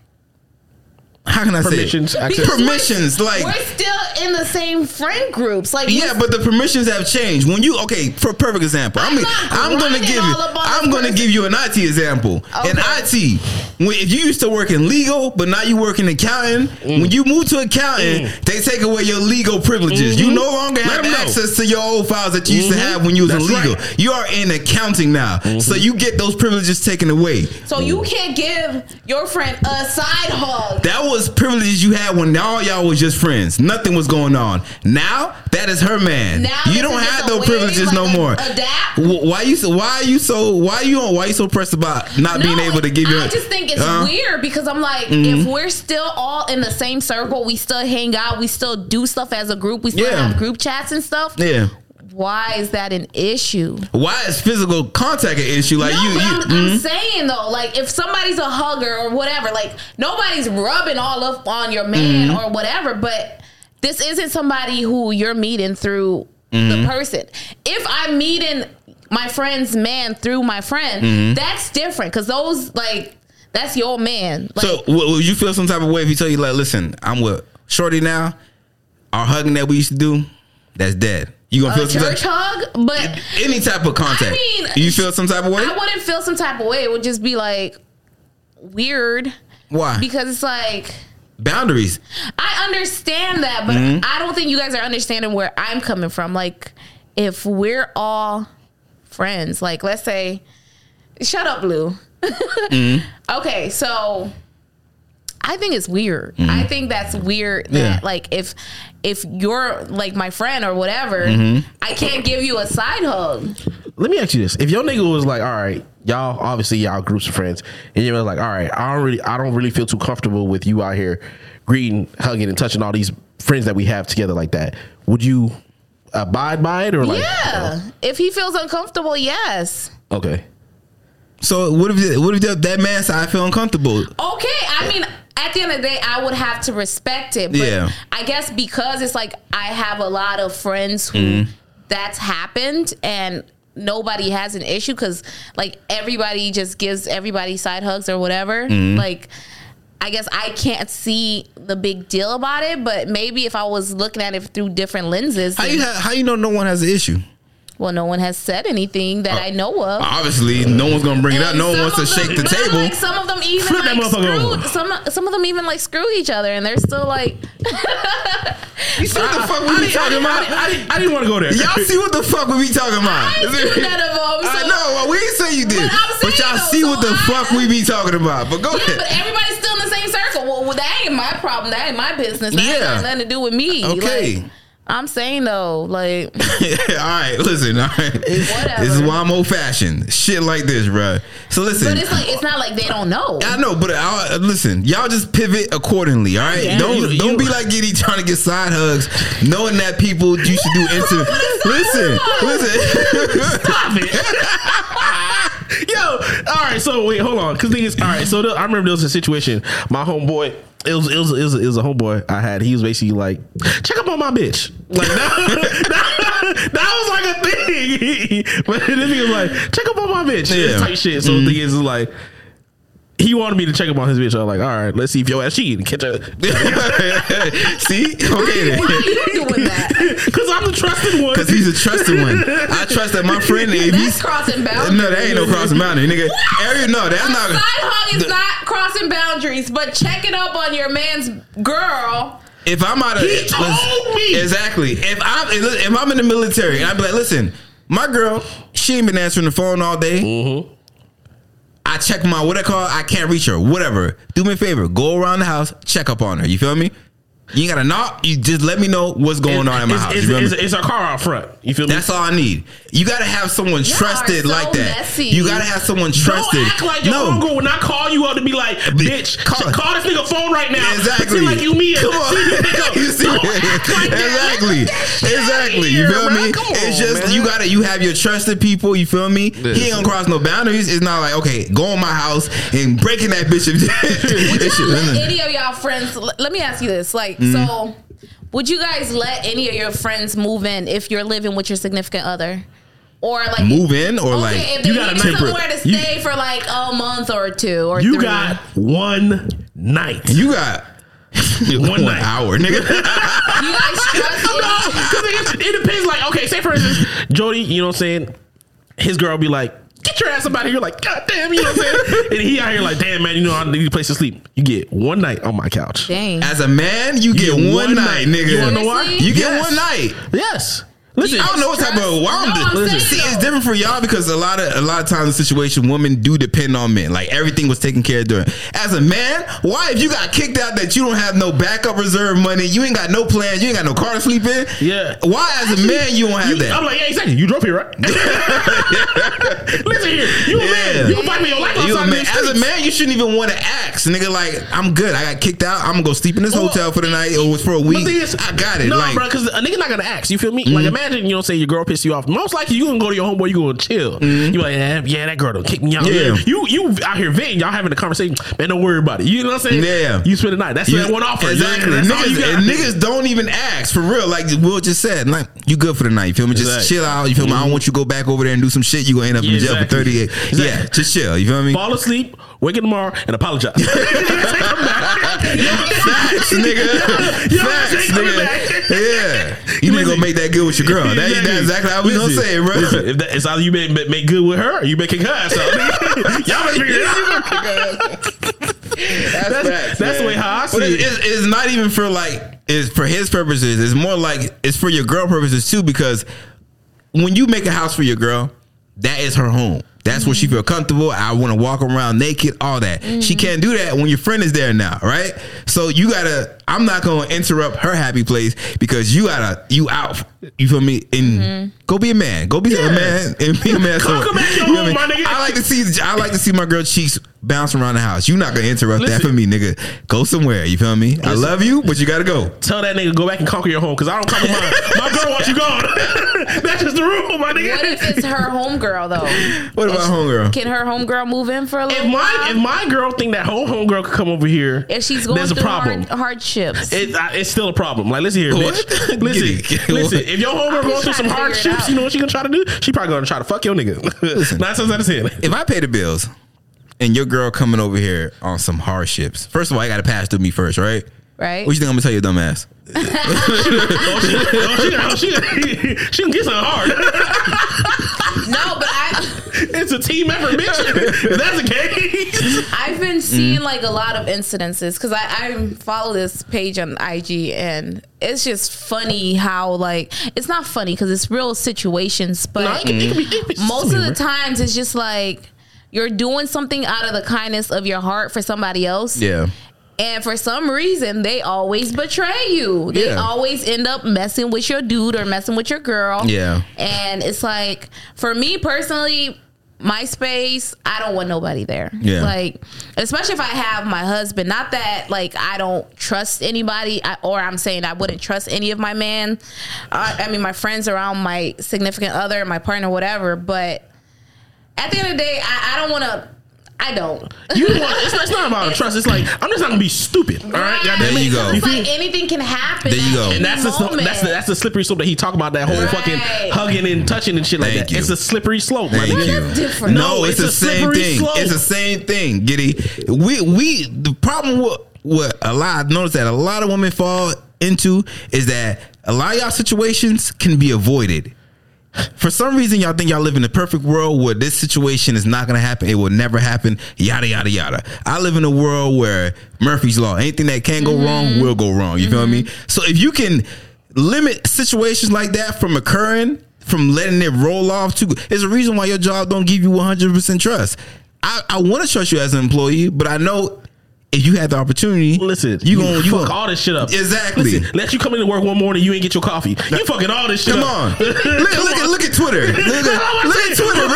[SPEAKER 2] How can I
[SPEAKER 1] Permissions,
[SPEAKER 2] say it?
[SPEAKER 1] access.
[SPEAKER 2] permissions? Like
[SPEAKER 3] We're still in the same friend groups. Like,
[SPEAKER 2] yeah, but the permissions have changed. When you okay, for a perfect example, I
[SPEAKER 3] I'm
[SPEAKER 2] mean,
[SPEAKER 3] not
[SPEAKER 2] I'm gonna
[SPEAKER 3] grinding
[SPEAKER 2] give you,
[SPEAKER 3] all up on
[SPEAKER 2] I'm
[SPEAKER 3] this
[SPEAKER 2] gonna
[SPEAKER 3] person.
[SPEAKER 2] give you an IT example. An
[SPEAKER 3] Okay.
[SPEAKER 2] IT, when, if you used to work in legal, but now you work in accounting,
[SPEAKER 3] Mm.
[SPEAKER 2] when you move to accounting, they take away your legal privileges.
[SPEAKER 3] Mm-hmm.
[SPEAKER 2] You no longer
[SPEAKER 1] Let
[SPEAKER 2] have
[SPEAKER 1] 'em know.
[SPEAKER 2] access to your old files that you used to have when you was
[SPEAKER 1] That's
[SPEAKER 2] in legal.
[SPEAKER 1] right.
[SPEAKER 2] You are in accounting now,
[SPEAKER 3] Mm-hmm.
[SPEAKER 2] so you get those privileges taken away.
[SPEAKER 3] so you can't give your friend a side hug.
[SPEAKER 2] That was privileges you had when all y'all was just friends. Nothing was going on. Now that is her man.
[SPEAKER 3] Now
[SPEAKER 2] you
[SPEAKER 3] this
[SPEAKER 2] don't
[SPEAKER 3] is
[SPEAKER 2] have
[SPEAKER 3] a
[SPEAKER 2] no
[SPEAKER 3] way,
[SPEAKER 2] privileges
[SPEAKER 3] like
[SPEAKER 2] no
[SPEAKER 3] a-
[SPEAKER 2] more.
[SPEAKER 3] adapt.
[SPEAKER 2] Wh- Why you so? Why you so? Why you on? Why you so pressed about not being able to give
[SPEAKER 3] I
[SPEAKER 2] your?
[SPEAKER 3] just think it's
[SPEAKER 2] Huh? Mm-hmm.
[SPEAKER 3] weird because I'm like, if we're still all in the same circle, we still hang out, we still do stuff as a group, we still
[SPEAKER 2] Yeah.
[SPEAKER 3] have group chats and stuff.
[SPEAKER 2] Yeah.
[SPEAKER 3] Why is that an issue?
[SPEAKER 2] Why is physical contact an issue? Like
[SPEAKER 3] no,
[SPEAKER 2] you, mm-hmm.
[SPEAKER 3] but I'm,
[SPEAKER 2] you.
[SPEAKER 3] I'm saying though, like if somebody's a hugger or whatever, like nobody's rubbing all up on your man
[SPEAKER 2] Mm-hmm.
[SPEAKER 3] or whatever, but this isn't somebody who you're meeting through
[SPEAKER 2] Mm-hmm.
[SPEAKER 3] the person. If I'm meeting my friend's man through my friend,
[SPEAKER 2] Mm-hmm.
[SPEAKER 3] that's different because those like that's your man. Like,
[SPEAKER 2] So w- would you feel some type of way if he tell you like, listen, I'm with Shorty now. Our hugging that we used to do, that's dead. You gonna
[SPEAKER 3] a
[SPEAKER 2] feel some
[SPEAKER 3] Uh, church
[SPEAKER 2] type,
[SPEAKER 3] hug, but
[SPEAKER 2] any type of contact?
[SPEAKER 3] I mean,
[SPEAKER 2] you feel some type of way?
[SPEAKER 3] I wouldn't feel some type of way. It would just be like weird
[SPEAKER 2] Why?
[SPEAKER 3] because it's like.
[SPEAKER 2] boundaries.
[SPEAKER 3] I understand that, but I don't think you guys are understanding where I'm coming from. Like, if we're all friends, like, let's say, shut up, Lou. Okay, so I think it's weird. I think that's weird that
[SPEAKER 2] Yeah.
[SPEAKER 3] like if if you're like my friend or whatever, I can't give you a side hug.
[SPEAKER 1] Let me ask you this: If your nigga was like, "All right, y'all, obviously y'all groups of friends," and you was like, "All right, I don't really, I don't really feel too comfortable with you out here greeting, hugging, and touching all these friends that we have together like that," would you abide by it or like?
[SPEAKER 3] yeah. If he feels uncomfortable, yes.
[SPEAKER 1] Okay.
[SPEAKER 2] So what if what if that, that man said I feel uncomfortable?
[SPEAKER 3] Okay, I mean, at the end of the day, I would have to respect it. But
[SPEAKER 2] Yeah.
[SPEAKER 3] I guess
[SPEAKER 2] Mm-hmm.
[SPEAKER 3] because it's like I have a lot of friends who that's happened and nobody has an issue because like everybody just gives everybody side hugs or whatever.
[SPEAKER 2] Mm-hmm.
[SPEAKER 3] Like. I guess I can't see the big deal about it, but maybe if I was looking at it through different lenses,
[SPEAKER 2] How
[SPEAKER 3] then-
[SPEAKER 2] you ha- how you know no one has an issue?
[SPEAKER 3] well, no one has said anything
[SPEAKER 2] Oh.
[SPEAKER 3] that I know of.
[SPEAKER 2] Obviously, no one's gonna bring it up. No one
[SPEAKER 3] And
[SPEAKER 2] wants to
[SPEAKER 3] some of
[SPEAKER 2] shake the
[SPEAKER 3] them- but,
[SPEAKER 2] table.
[SPEAKER 3] Like some of them even
[SPEAKER 1] Flip that
[SPEAKER 3] like
[SPEAKER 1] motherfucker
[SPEAKER 3] screw,
[SPEAKER 1] over.
[SPEAKER 3] some some of them even like screw each other, and they're still like,
[SPEAKER 2] You see what the fuck we be talking about?
[SPEAKER 1] I, didn't, I didn't want to go there.
[SPEAKER 2] Y'all see what the fuck we be talking about?
[SPEAKER 3] I ain't do none of them. So,
[SPEAKER 2] I know. Well, we ain't say you did,
[SPEAKER 3] But I'm
[SPEAKER 2] but, y'all
[SPEAKER 3] saying
[SPEAKER 2] see
[SPEAKER 3] though,
[SPEAKER 2] what the
[SPEAKER 3] so I-
[SPEAKER 2] fuck we be talking about. But go
[SPEAKER 3] Yeah,
[SPEAKER 2] ahead.
[SPEAKER 3] but everybody's still in the same circle. Well, well, that ain't my problem. That ain't my business. That ain't
[SPEAKER 2] Yeah.
[SPEAKER 3] got nothing to do with me.
[SPEAKER 2] Okay.
[SPEAKER 3] Like, I'm saying though, like
[SPEAKER 2] all right, listen. All right, this is
[SPEAKER 3] Whatever.
[SPEAKER 2] why I'm old fashioned. Shit like this, bruh. So listen.
[SPEAKER 3] but it's like it's not like they don't know.
[SPEAKER 2] I know, but I, listen, y'all just pivot accordingly. All right,
[SPEAKER 1] Yeah.
[SPEAKER 2] don't
[SPEAKER 1] You-
[SPEAKER 2] don't
[SPEAKER 1] you-
[SPEAKER 2] be like Giddy trying to get side hugs, knowing that people you should do intimate. Listen, listen.
[SPEAKER 1] Yo, all right. So wait, hold on. Because niggas, all right. So the, I remember there was a situation. My homeboy, it was it was it was, it was a homeboy I had. He was basically like, check up on my bitch. Like that, that, that was like a thing. but this nigga was like, check up on my bitch.
[SPEAKER 2] Yeah. Mm-hmm.
[SPEAKER 1] Type shit. So the thing is, is like. He wanted me to check up on his bitch. I was like, all right, let's see if your ass cheating. Catch her.
[SPEAKER 2] See, okay, then.
[SPEAKER 3] Why are you doing that?
[SPEAKER 1] Because I'm the trusted one.
[SPEAKER 2] because he's a trusted one. I trust that my friend. If
[SPEAKER 3] That's
[SPEAKER 2] he's
[SPEAKER 3] crossing boundaries.
[SPEAKER 2] no, that ain't no crossing boundary, nigga. Every, no, that's
[SPEAKER 3] Side
[SPEAKER 2] not.
[SPEAKER 3] hug is not crossing boundaries, but checking up on your man's girl.
[SPEAKER 2] If I'm out of
[SPEAKER 1] He told
[SPEAKER 2] listen,
[SPEAKER 1] me.
[SPEAKER 2] exactly. If I'm if I'm in the military, and I be like, listen, my girl, she ain't been answering the phone all day.
[SPEAKER 1] Mm-hmm.
[SPEAKER 2] I check my what I call I can't reach her. Whatever. Do me a favor. Go around the house. Check up on her. You feel me? You ain't gotta knock. You just let me know what's going on in my
[SPEAKER 1] it's,
[SPEAKER 2] house.
[SPEAKER 1] It's,
[SPEAKER 2] you feel me?
[SPEAKER 1] it's- it's our car out front. You feel me?
[SPEAKER 2] That's all I need. You gotta have someone
[SPEAKER 3] Y'all
[SPEAKER 2] trusted
[SPEAKER 3] are so
[SPEAKER 2] like that.
[SPEAKER 3] messy.
[SPEAKER 2] You gotta have someone trusted.
[SPEAKER 1] Don't act like your uncle when I call you up to be like, bitch, call,
[SPEAKER 2] Call-
[SPEAKER 1] call this nigga phone right now.
[SPEAKER 2] Exactly.
[SPEAKER 1] Pretend like you me. and
[SPEAKER 2] Come on.
[SPEAKER 1] see if you pick up.
[SPEAKER 2] you see
[SPEAKER 1] Don't act like that.
[SPEAKER 2] Exactly. Exactly. You
[SPEAKER 1] here,
[SPEAKER 2] feel
[SPEAKER 1] bro.
[SPEAKER 2] me?
[SPEAKER 1] Come
[SPEAKER 2] It's
[SPEAKER 1] on,
[SPEAKER 2] just
[SPEAKER 1] man.
[SPEAKER 2] you gotta you have your trusted people, you feel me? He ain't gonna cross no boundaries. It's not like, okay, go in my house and breaking that bitch if It's
[SPEAKER 3] Y'all
[SPEAKER 2] your-
[SPEAKER 3] let any of y'all friends l- let me ask you this like
[SPEAKER 1] Mm-hmm.
[SPEAKER 3] so would you guys let any of your friends move in if you're living with your significant other or like
[SPEAKER 2] move in or
[SPEAKER 3] okay,
[SPEAKER 2] like
[SPEAKER 3] if they
[SPEAKER 1] you
[SPEAKER 3] you
[SPEAKER 1] got a
[SPEAKER 3] got
[SPEAKER 1] night-
[SPEAKER 3] somewhere to
[SPEAKER 1] you-
[SPEAKER 3] stay for like a month or two or
[SPEAKER 1] You
[SPEAKER 3] three.
[SPEAKER 1] got one night.
[SPEAKER 2] you got
[SPEAKER 1] One
[SPEAKER 2] one
[SPEAKER 1] night.
[SPEAKER 2] hour, nigga.
[SPEAKER 3] you guys trust
[SPEAKER 1] No,
[SPEAKER 3] it?
[SPEAKER 1] because it, it depends. Like, okay, say for instance, Jody, you know what I'm saying? His girl be like, get your ass up out of here. Like, God damn, you know what I'm saying? and he out here like, damn, man, you know, I need a place to sleep. You get one night on my couch.
[SPEAKER 3] Dang.
[SPEAKER 2] As a man, you get one, night, nigga.
[SPEAKER 1] You wanna know why?
[SPEAKER 3] Seriously?
[SPEAKER 2] You get
[SPEAKER 1] Yes.
[SPEAKER 2] one night.
[SPEAKER 1] Yes. Listen,
[SPEAKER 2] I don't know what type of wow.
[SPEAKER 3] No, I'm
[SPEAKER 2] listen,
[SPEAKER 3] saying
[SPEAKER 2] see, it's
[SPEAKER 3] though.
[SPEAKER 2] different for y'all because a lot of a lot of times the situation women do depend on men. Like everything was taken care of during. As a man, why if you got kicked out that you don't have no backup reserve money, you ain't got no plan, you ain't got no car to sleep in.
[SPEAKER 1] Yeah.
[SPEAKER 2] Why as a man you don't have
[SPEAKER 1] You-
[SPEAKER 2] that?
[SPEAKER 1] I'm like, yeah, exactly. You drove here, right? Listen here, you a
[SPEAKER 2] Yeah.
[SPEAKER 1] man. You can fight for your life
[SPEAKER 2] You a
[SPEAKER 1] outside
[SPEAKER 2] man,
[SPEAKER 1] these
[SPEAKER 2] as a
[SPEAKER 1] streets.
[SPEAKER 2] man, you shouldn't even want to ask, nigga. Like, I'm good. I got kicked out. I'm gonna go sleep in this
[SPEAKER 1] Well,
[SPEAKER 2] hotel for the night or for a
[SPEAKER 1] But
[SPEAKER 2] week.
[SPEAKER 1] the thing is-
[SPEAKER 2] I got it.
[SPEAKER 1] No,
[SPEAKER 2] like, Mm-hmm.
[SPEAKER 1] bro, because a nigga not gonna ask. You feel me? Like, imagine you don't say your girl pissed you off. Most likely, you gonna go to your homeboy. You gonna chill. You like, yeah, yeah, that girl done kick me out.
[SPEAKER 2] Mm-hmm. Yeah.
[SPEAKER 1] You you out here venting. Y'all having a conversation. Man, don't worry about it. You know what I'm saying?
[SPEAKER 2] Yeah.
[SPEAKER 1] You spend the night. That's that one offer.
[SPEAKER 2] Exactly.
[SPEAKER 1] That's all
[SPEAKER 2] niggas,
[SPEAKER 1] you got.
[SPEAKER 2] and niggas don't even ask for real. Like Will just said, like you good for the night. You feel me? Just
[SPEAKER 1] Exactly.
[SPEAKER 2] chill out. You feel me? I don't want you to go back over there and do some shit. You gonna end up
[SPEAKER 1] Yeah,
[SPEAKER 2] in jail
[SPEAKER 1] exactly.
[SPEAKER 2] for thirty eight.
[SPEAKER 1] Exactly.
[SPEAKER 2] Yeah, just chill. You feel me?
[SPEAKER 1] Fall asleep, wake up tomorrow, and apologize.
[SPEAKER 2] Facts, nigga.
[SPEAKER 1] Yo,
[SPEAKER 2] Facts,
[SPEAKER 1] shit coming
[SPEAKER 2] nigga.
[SPEAKER 1] back.
[SPEAKER 2] Yeah, you ain't gonna make that good with your girl. That,
[SPEAKER 1] Exactly.
[SPEAKER 2] That's exactly how we gonna
[SPEAKER 1] Listen,
[SPEAKER 2] say it, bro.
[SPEAKER 1] listen, if that, it's either you make, make, make good with her, or you make kick her ass out. Y'all better figure it out.
[SPEAKER 2] That's,
[SPEAKER 1] that's the way how I see
[SPEAKER 2] But
[SPEAKER 1] it.
[SPEAKER 2] It's, it's not even for like it's for his purposes. It's more like it's for your girl purposes too. Because when you make a house for your girl, that is her home. That's where
[SPEAKER 1] Mm-hmm.
[SPEAKER 2] she feel comfortable. I want to walk around naked, all that. She can't do that when your friend is there now, right? So you gotta. I'm not gonna interrupt her happy place because you gotta you out. You feel me? And
[SPEAKER 1] Mm-hmm.
[SPEAKER 2] go be a man. Go be a man and be a man.
[SPEAKER 1] Conquer back your
[SPEAKER 2] You know
[SPEAKER 1] home,
[SPEAKER 2] what I mean?
[SPEAKER 1] my nigga.
[SPEAKER 2] I like to see. I like to see my girl cheeks bounce around the house. You not gonna interrupt that
[SPEAKER 1] Listen.
[SPEAKER 2] for me, nigga. Go somewhere. You feel me? I
[SPEAKER 1] Listen.
[SPEAKER 2] love you, but you gotta go.
[SPEAKER 1] Tell that nigga go back and conquer your home because I don't conquer mine. My girl wants you gone. That's just the rule, my nigga.
[SPEAKER 3] What if it's her homegirl though?
[SPEAKER 2] What if about homegirl?
[SPEAKER 3] Can her homegirl move in for a
[SPEAKER 1] If
[SPEAKER 3] little
[SPEAKER 1] my
[SPEAKER 3] while?
[SPEAKER 1] if my girl think that home homegirl could come over here,
[SPEAKER 3] if she's going
[SPEAKER 1] there's a
[SPEAKER 3] through
[SPEAKER 1] problem.
[SPEAKER 3] hard, hardships.
[SPEAKER 1] It, I, it's still a problem. Like, listen here,
[SPEAKER 2] What?
[SPEAKER 1] bitch. Listen,
[SPEAKER 2] Get it.
[SPEAKER 1] listen. If your homegirl
[SPEAKER 3] I'm
[SPEAKER 1] going
[SPEAKER 3] just
[SPEAKER 1] through some
[SPEAKER 3] trying to figure it
[SPEAKER 1] hardships,
[SPEAKER 3] out.
[SPEAKER 1] you know what she gonna try to do? She probably gonna try to fuck your nigga. Nine times out of ten.
[SPEAKER 2] If I pay the bills and your girl coming over here on some hardships, first of all, I got to pass through me first, right?
[SPEAKER 3] right?
[SPEAKER 2] What you think I'm gonna tell your dumb ass?
[SPEAKER 1] Oh, she, oh, she, she, she gonna get something hard.
[SPEAKER 3] no, but I
[SPEAKER 1] It's a team effort, bitch. If that's the case.
[SPEAKER 3] I've been seeing like a lot of incidences because I, I follow this page on IG and it's just funny how like it's not funny because it's real situations, but
[SPEAKER 1] No, it could- it could be- it could be
[SPEAKER 3] most of
[SPEAKER 1] something,
[SPEAKER 3] the
[SPEAKER 1] bro.
[SPEAKER 3] times it's just like you're doing something out of the kindness of your heart for somebody else.
[SPEAKER 2] Yeah.
[SPEAKER 3] And for some reason, they always betray you. They
[SPEAKER 2] Yeah.
[SPEAKER 3] always end up messing with your dude or messing with your girl.
[SPEAKER 2] Yeah.
[SPEAKER 3] And it's like, for me personally, my space, I don't want nobody there.
[SPEAKER 2] Yeah.
[SPEAKER 3] Like, especially if I have my husband. Not that, like, I don't trust anybody, I, or I'm saying I wouldn't trust any of my man. I, I mean, my friends around my significant other, my partner, whatever. But at the end of the day, I, I don't want to. I don't.
[SPEAKER 1] You don't want, it's, not- it's not about trust. It's like I'm just not gonna be stupid. All right,
[SPEAKER 3] Right.
[SPEAKER 1] goddamn
[SPEAKER 2] There
[SPEAKER 1] it.
[SPEAKER 2] you go.
[SPEAKER 3] It's
[SPEAKER 1] feel me?
[SPEAKER 3] like anything can happen.
[SPEAKER 2] There you
[SPEAKER 3] at
[SPEAKER 2] go.
[SPEAKER 3] any
[SPEAKER 1] And that's the,
[SPEAKER 3] moment.
[SPEAKER 1] that's the that's the slippery slope that he talk about that whole
[SPEAKER 3] Right.
[SPEAKER 1] fucking hugging and touching and shit like
[SPEAKER 2] Thank
[SPEAKER 1] that.
[SPEAKER 2] you.
[SPEAKER 1] It's a slippery slope. my
[SPEAKER 2] Thank
[SPEAKER 1] nigga.
[SPEAKER 2] you.
[SPEAKER 3] different.
[SPEAKER 2] No,
[SPEAKER 1] No, it's
[SPEAKER 2] it's,
[SPEAKER 1] a
[SPEAKER 2] the same
[SPEAKER 1] slippery
[SPEAKER 2] thing.
[SPEAKER 1] slope.
[SPEAKER 2] It's the same thing, Giddy. We we the problem with what a lot I've noticed that a lot of women fall into is that a lot of y'all situations can be avoided. For some reason, y'all think y'all live in the perfect world where this situation is not gonna happen. It will never happen. Yada yada yada. I live in a world where Murphy's law. Anything that can go wrong will go wrong. You feel me? So if you can limit situations like that from occurring, from letting it roll off, to there's a reason why your job don't give you 100 percent trust. I, I want to trust you as an employee, but I know if you had the opportunity,
[SPEAKER 1] Listen,
[SPEAKER 2] you gonna you
[SPEAKER 1] fuck
[SPEAKER 2] gonna-
[SPEAKER 1] all this shit up.
[SPEAKER 2] Exactly.
[SPEAKER 1] Listen, let you come into work one morning, you ain't get your coffee. You fucking all this shit.
[SPEAKER 2] Come
[SPEAKER 1] up.
[SPEAKER 2] on. look, look, at, look at Twitter. Look at, look at Twitter,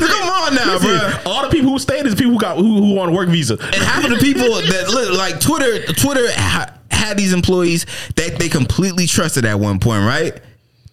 [SPEAKER 2] bro. Come on now, bro.
[SPEAKER 1] Listen, all the people who stayed is people who got who, who on a work visa.
[SPEAKER 2] And half of the people that look like Twitter, Twitter ha- had these employees that they completely trusted at one point, right?